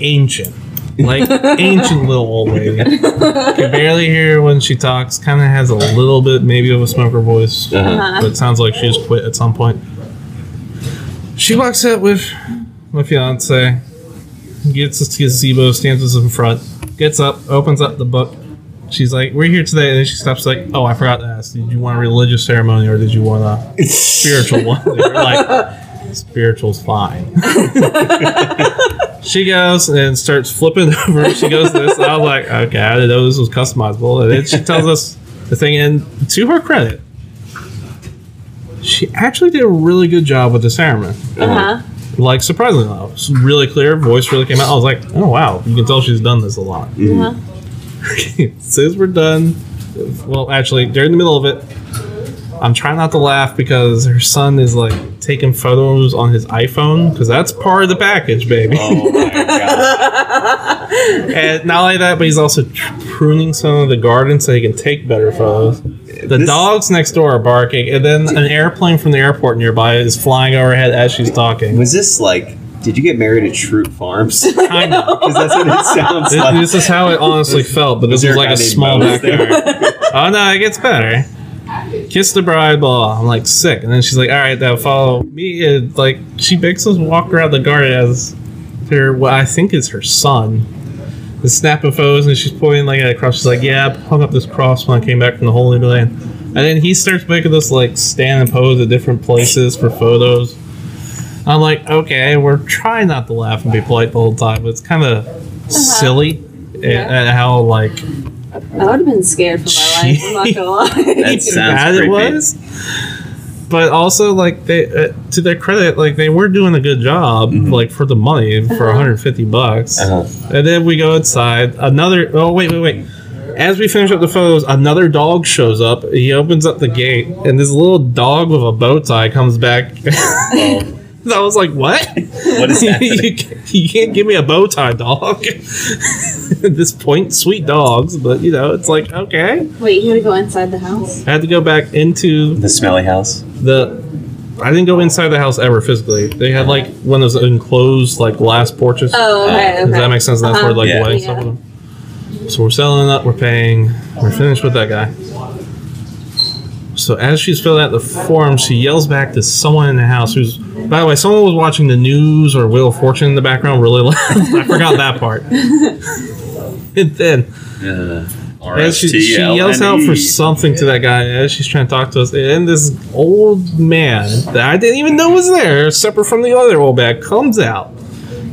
S1: ancient, like ancient little old lady. Can barely hear her when she talks. Kind of has a little bit, maybe, of a smoker voice,
S3: Uh-huh.
S1: but it sounds like she's quit at some point. She walks up with my fiance, gets us to the gazebo, stands us in front, gets up, opens up the book, She's like, we're here today. And then she stops, like, oh, I forgot to ask. Did you want a religious ceremony or did you want a spiritual one? They were like, spiritual's fine. she goes and starts flipping over. She goes this. And I was like, okay, I didn't know this was customizable. And then she tells us the thing. And to her credit, she actually did a really good job with the ceremony.
S3: Uh-huh.
S2: Uh huh.
S1: Like, surprisingly, loud. It was really clear. Voice really came out. I was like, oh, wow. You can tell she's done this a lot
S3: Mm-hmm.
S2: Uh huh.
S1: since we're done, well, actually, during the middle of it, I'm trying not to laugh because her son is like taking photos on his iPhone because that's part of the package, baby.
S3: Oh my god.
S1: and not only that, but he's also tr- pruning some of the garden so he can take better photos. The
S3: This-
S1: dogs next door are barking, and then an airplane from the airport nearby is flying overhead as she's talking.
S3: Was this like? Did you get married at Shroot Farms? Because
S1: Kind of.
S3: that's what it sounds
S1: This,
S3: like.
S1: this is how it honestly felt, but this
S3: there
S1: was like
S3: guy
S1: a
S3: named
S1: small
S3: Mo? Is there-
S1: backyard. oh no, it gets better. Kiss the bride, blah. I'm like sick, and then she's like, "All right, now follow me." And, like she makes us walk around the garden as her, what I think is her son, is snapping photos, and she's pointing like at a cross. She's like, "Yeah, I hung up this cross when I came back from the Holy Land," and then he starts making us like stand and pose at different places for photos. I'm like, okay, we're trying not to laugh and be polite the whole time, but it's kind of silly at,
S2: Yeah.
S1: at how like
S2: I would have been scared for my life. I'm not gonna lie.
S3: That's- sounds
S1: bad it
S3: creepy.
S1: was. But also, like they, uh, to their credit, like they were doing a good job, like for the money for 150 bucks.
S3: Mm-hmm. Uh-huh.
S1: And then we go outside. Another. Oh wait, wait, wait. As we finish up the photos, another dog shows up. He opens up the gate, and this little dog with a bow tie comes back. I was like, "What?
S3: What is happening?
S1: you, can't, you can't give me a bow tie, dog." At this point, sweet dogs, but you know, it's like, okay.
S2: Wait, you gotta go inside the house.
S1: I had to go back into
S3: The smelly house.
S1: the. I didn't go inside the house ever physically. They had like one of those enclosed like glass porches.
S2: Oh, okay. okay.
S1: Uh, Does that make sense? That's where like
S3: Uh-huh.
S1: wedding
S2: Yeah.
S1: stuff with them. So we're selling up. We're paying. We're finished with that guy. So as she's filling out the form, she yells back to someone in the house who's. By the way, someone was watching the news or Wheel of Fortune in the background really loud. I forgot that part. and then
S3: Uh,
S1: and she, she
S3: E.
S1: yells out for something to that guy as she's trying to talk to us. And this old man that I didn't even know was there, separate from the other old man, comes out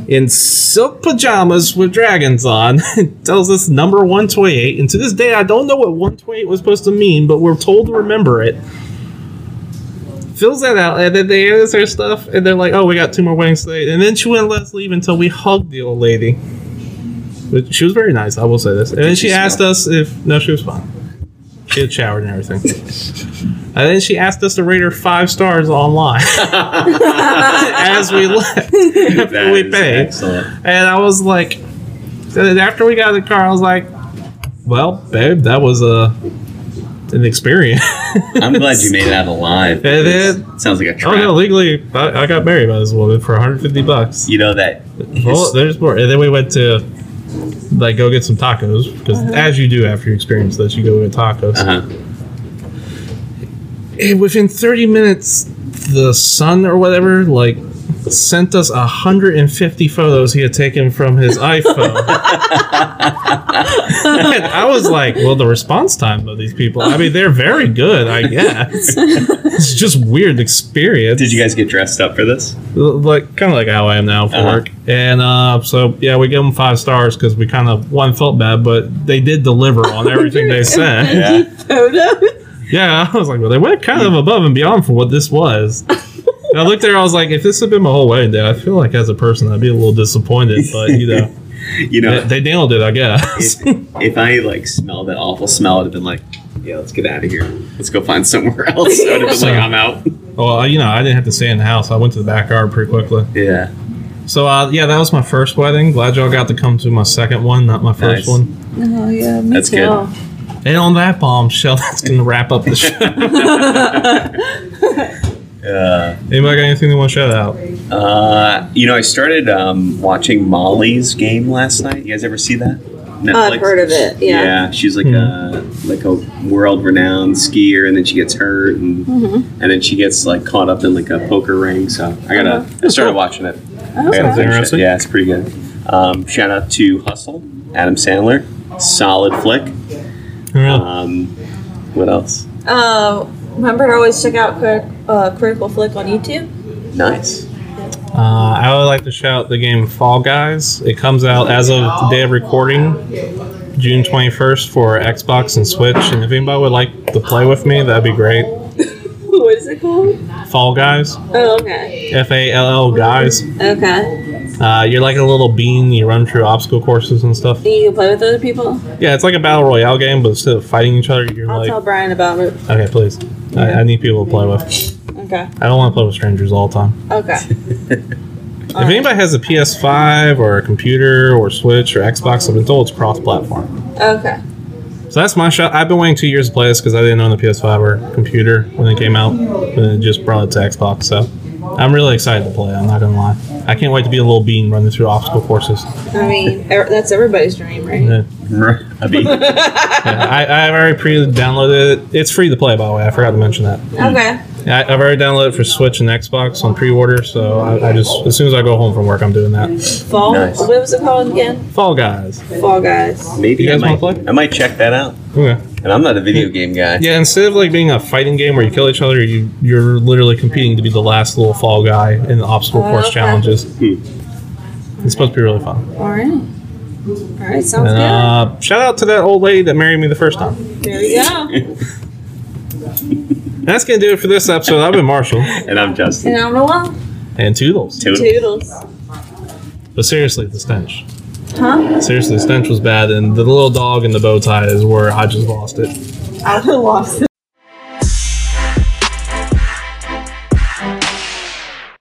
S1: in silk pajamas with dragons on and tells us number 128. And to this day, I don't know what 128 was supposed to mean, but we're told to remember it. Fills that out, and then they answer her stuff, and they're like, "Oh, we got two more weddings today." And then she wouldn't let us leave until we hugged the old lady. But she was very nice, I will say this. And then
S3: did
S1: she
S3: she
S1: asked
S3: smell?
S1: us if no, she was fine. She had showered and everything. and then she asked us to rate her five stars online as we left. After we paid.
S3: Excellent.
S1: And I was like, and after we got in the car, I was like, well, babe, that was a an experience.
S3: I'm glad you made it out alive.
S1: And then-
S3: sounds like a
S1: oh
S3: trap.
S1: no, legally, I, I got married by this woman for 150 bucks.
S3: You know that.
S1: Well, there's more. And then we went to like go get some tacos because as you do after you experience this, you go get tacos.
S3: Uh-huh.
S1: And within 30 minutes, the sun or whatever like sent us 150 photos he had taken from his iPhone. and I was like, well, the response time of these people, I mean, they're very good, I guess. it's just weird experience.
S3: Did you guys get dressed up for this?
S1: like kind of like how I am now for
S3: Uh-huh.
S1: work? And uh, so yeah, we give them five stars because we kind of one felt bad, but they did deliver on everything they said.
S3: Yeah.
S2: Photo.
S1: Yeah, I was like, well, they went kind of above and beyond for what this was. And I looked there, I was like, if this had been my whole wedding day, I feel like as a person, I'd be a little disappointed. But you know,
S3: You know,
S1: they, they nailed it, I guess.
S3: if, if I like smelled that awful smell, I'd have been like, yeah, let's get out of here. Let's go find somewhere else. I would have been like, I'm out.
S1: well, you know, I didn't have to stay in the house. I went to the backyard pretty quickly.
S3: Yeah.
S1: So uh, yeah, that was my first wedding. Glad y'all got to come to my second one, not my first
S3: Nice.
S1: one.
S2: Oh yeah, me
S3: That's
S2: too.
S3: good.
S1: And on that bombshell, that's gonna wrap up the show.
S3: Uh,
S1: Anybody got anything they want to shout out?
S3: uh, you know, I started um, watching Molly's game last night. You guys ever see that? Netflix?
S2: I've heard of it.
S3: Yeah.
S2: Yeah.
S3: she's like
S1: Hmm.
S3: a like a world renowned skier, and then she gets hurt, and
S2: Mm-hmm.
S3: and then she gets like caught up in like a poker ring. So I gotta
S2: Uh-huh.
S3: I started watching it.
S2: Oh,
S3: I gotta
S1: Okay.
S3: finish it.
S1: Interesting.
S3: Yeah, it's pretty good. Um, shout out to Hustle, Adam Sandler, solid flick.
S1: Uh,
S3: Um, what else?
S2: Uh, remember to always check out Crit- uh, Critical Flick on YouTube.
S3: Nice.
S1: Uh, I would like to shout the game Fall Guys. It comes out as of the day of recording, June 21st, for Xbox and Switch. And if anybody would like to play with me, that'd be great.
S2: what is it called?
S1: Fall Guys,
S2: Oh, okay.
S1: F A L L Guys.
S2: Okay.
S1: Uh, you're like a little bean, you run through obstacle courses and stuff.
S2: You can play with other people.
S1: Yeah, it's like a battle royale game, but instead of fighting each other, you're
S2: I'll tell
S1: like.
S2: Brian about it.
S1: Okay, please. I, I need people to play with.
S2: Okay.
S1: I don't want to play with strangers all the time.
S2: Okay.
S1: If anybody has a PS5 or a computer or Switch or Xbox, I've been told it's cross-platform.
S2: Okay.
S1: So that's my shot. I've been waiting two years to play this because I didn't own the PS5 or computer when it came out, and it just brought it to Xbox. So I'm really excited to play. it, I'm not gonna lie. I can't wait to be a little bean running through obstacle courses.
S2: I mean, er- that's everybody's dream, right?
S1: Yeah.
S3: I mean,
S1: Yeah, I, I've already pre-downloaded it. It's free to play, by the way. I forgot to mention that.
S2: Okay.
S1: Yeah, I, I've already downloaded it for Switch and Xbox on pre-order. So I, I just as soon as I go home from work, I'm doing that.
S2: Fall.
S3: Nice.
S2: What was it called again?
S1: Fall Guys.
S2: Fall Guys.
S3: maybe
S1: You
S3: I
S1: guys wanna
S3: might.
S1: play?
S3: I might check that out.
S1: Okay.
S3: And I'm not a video game guy.
S1: Yeah, instead of like being a fighting game where you kill each other, you you're literally competing to be the last little fall guy in the obstacle
S2: Oh,
S1: course
S2: okay.
S1: challenges.
S3: Hmm.
S1: It's supposed to be really fun.
S2: All right. All right. Sounds
S1: And,
S2: good.
S1: uh, shout out to that old lady that married me the first time.
S2: There we go.
S1: And that's gonna do it for this episode. I've been Marshall
S3: And I'm Justin.
S2: And I'm the one.
S1: and Toodles,
S3: Toodles.
S2: Toodles.
S1: but seriously, the stench.
S2: Huh?
S1: Seriously, the stench was bad, and the little dog and the bow tie is where I just lost it.
S2: I lost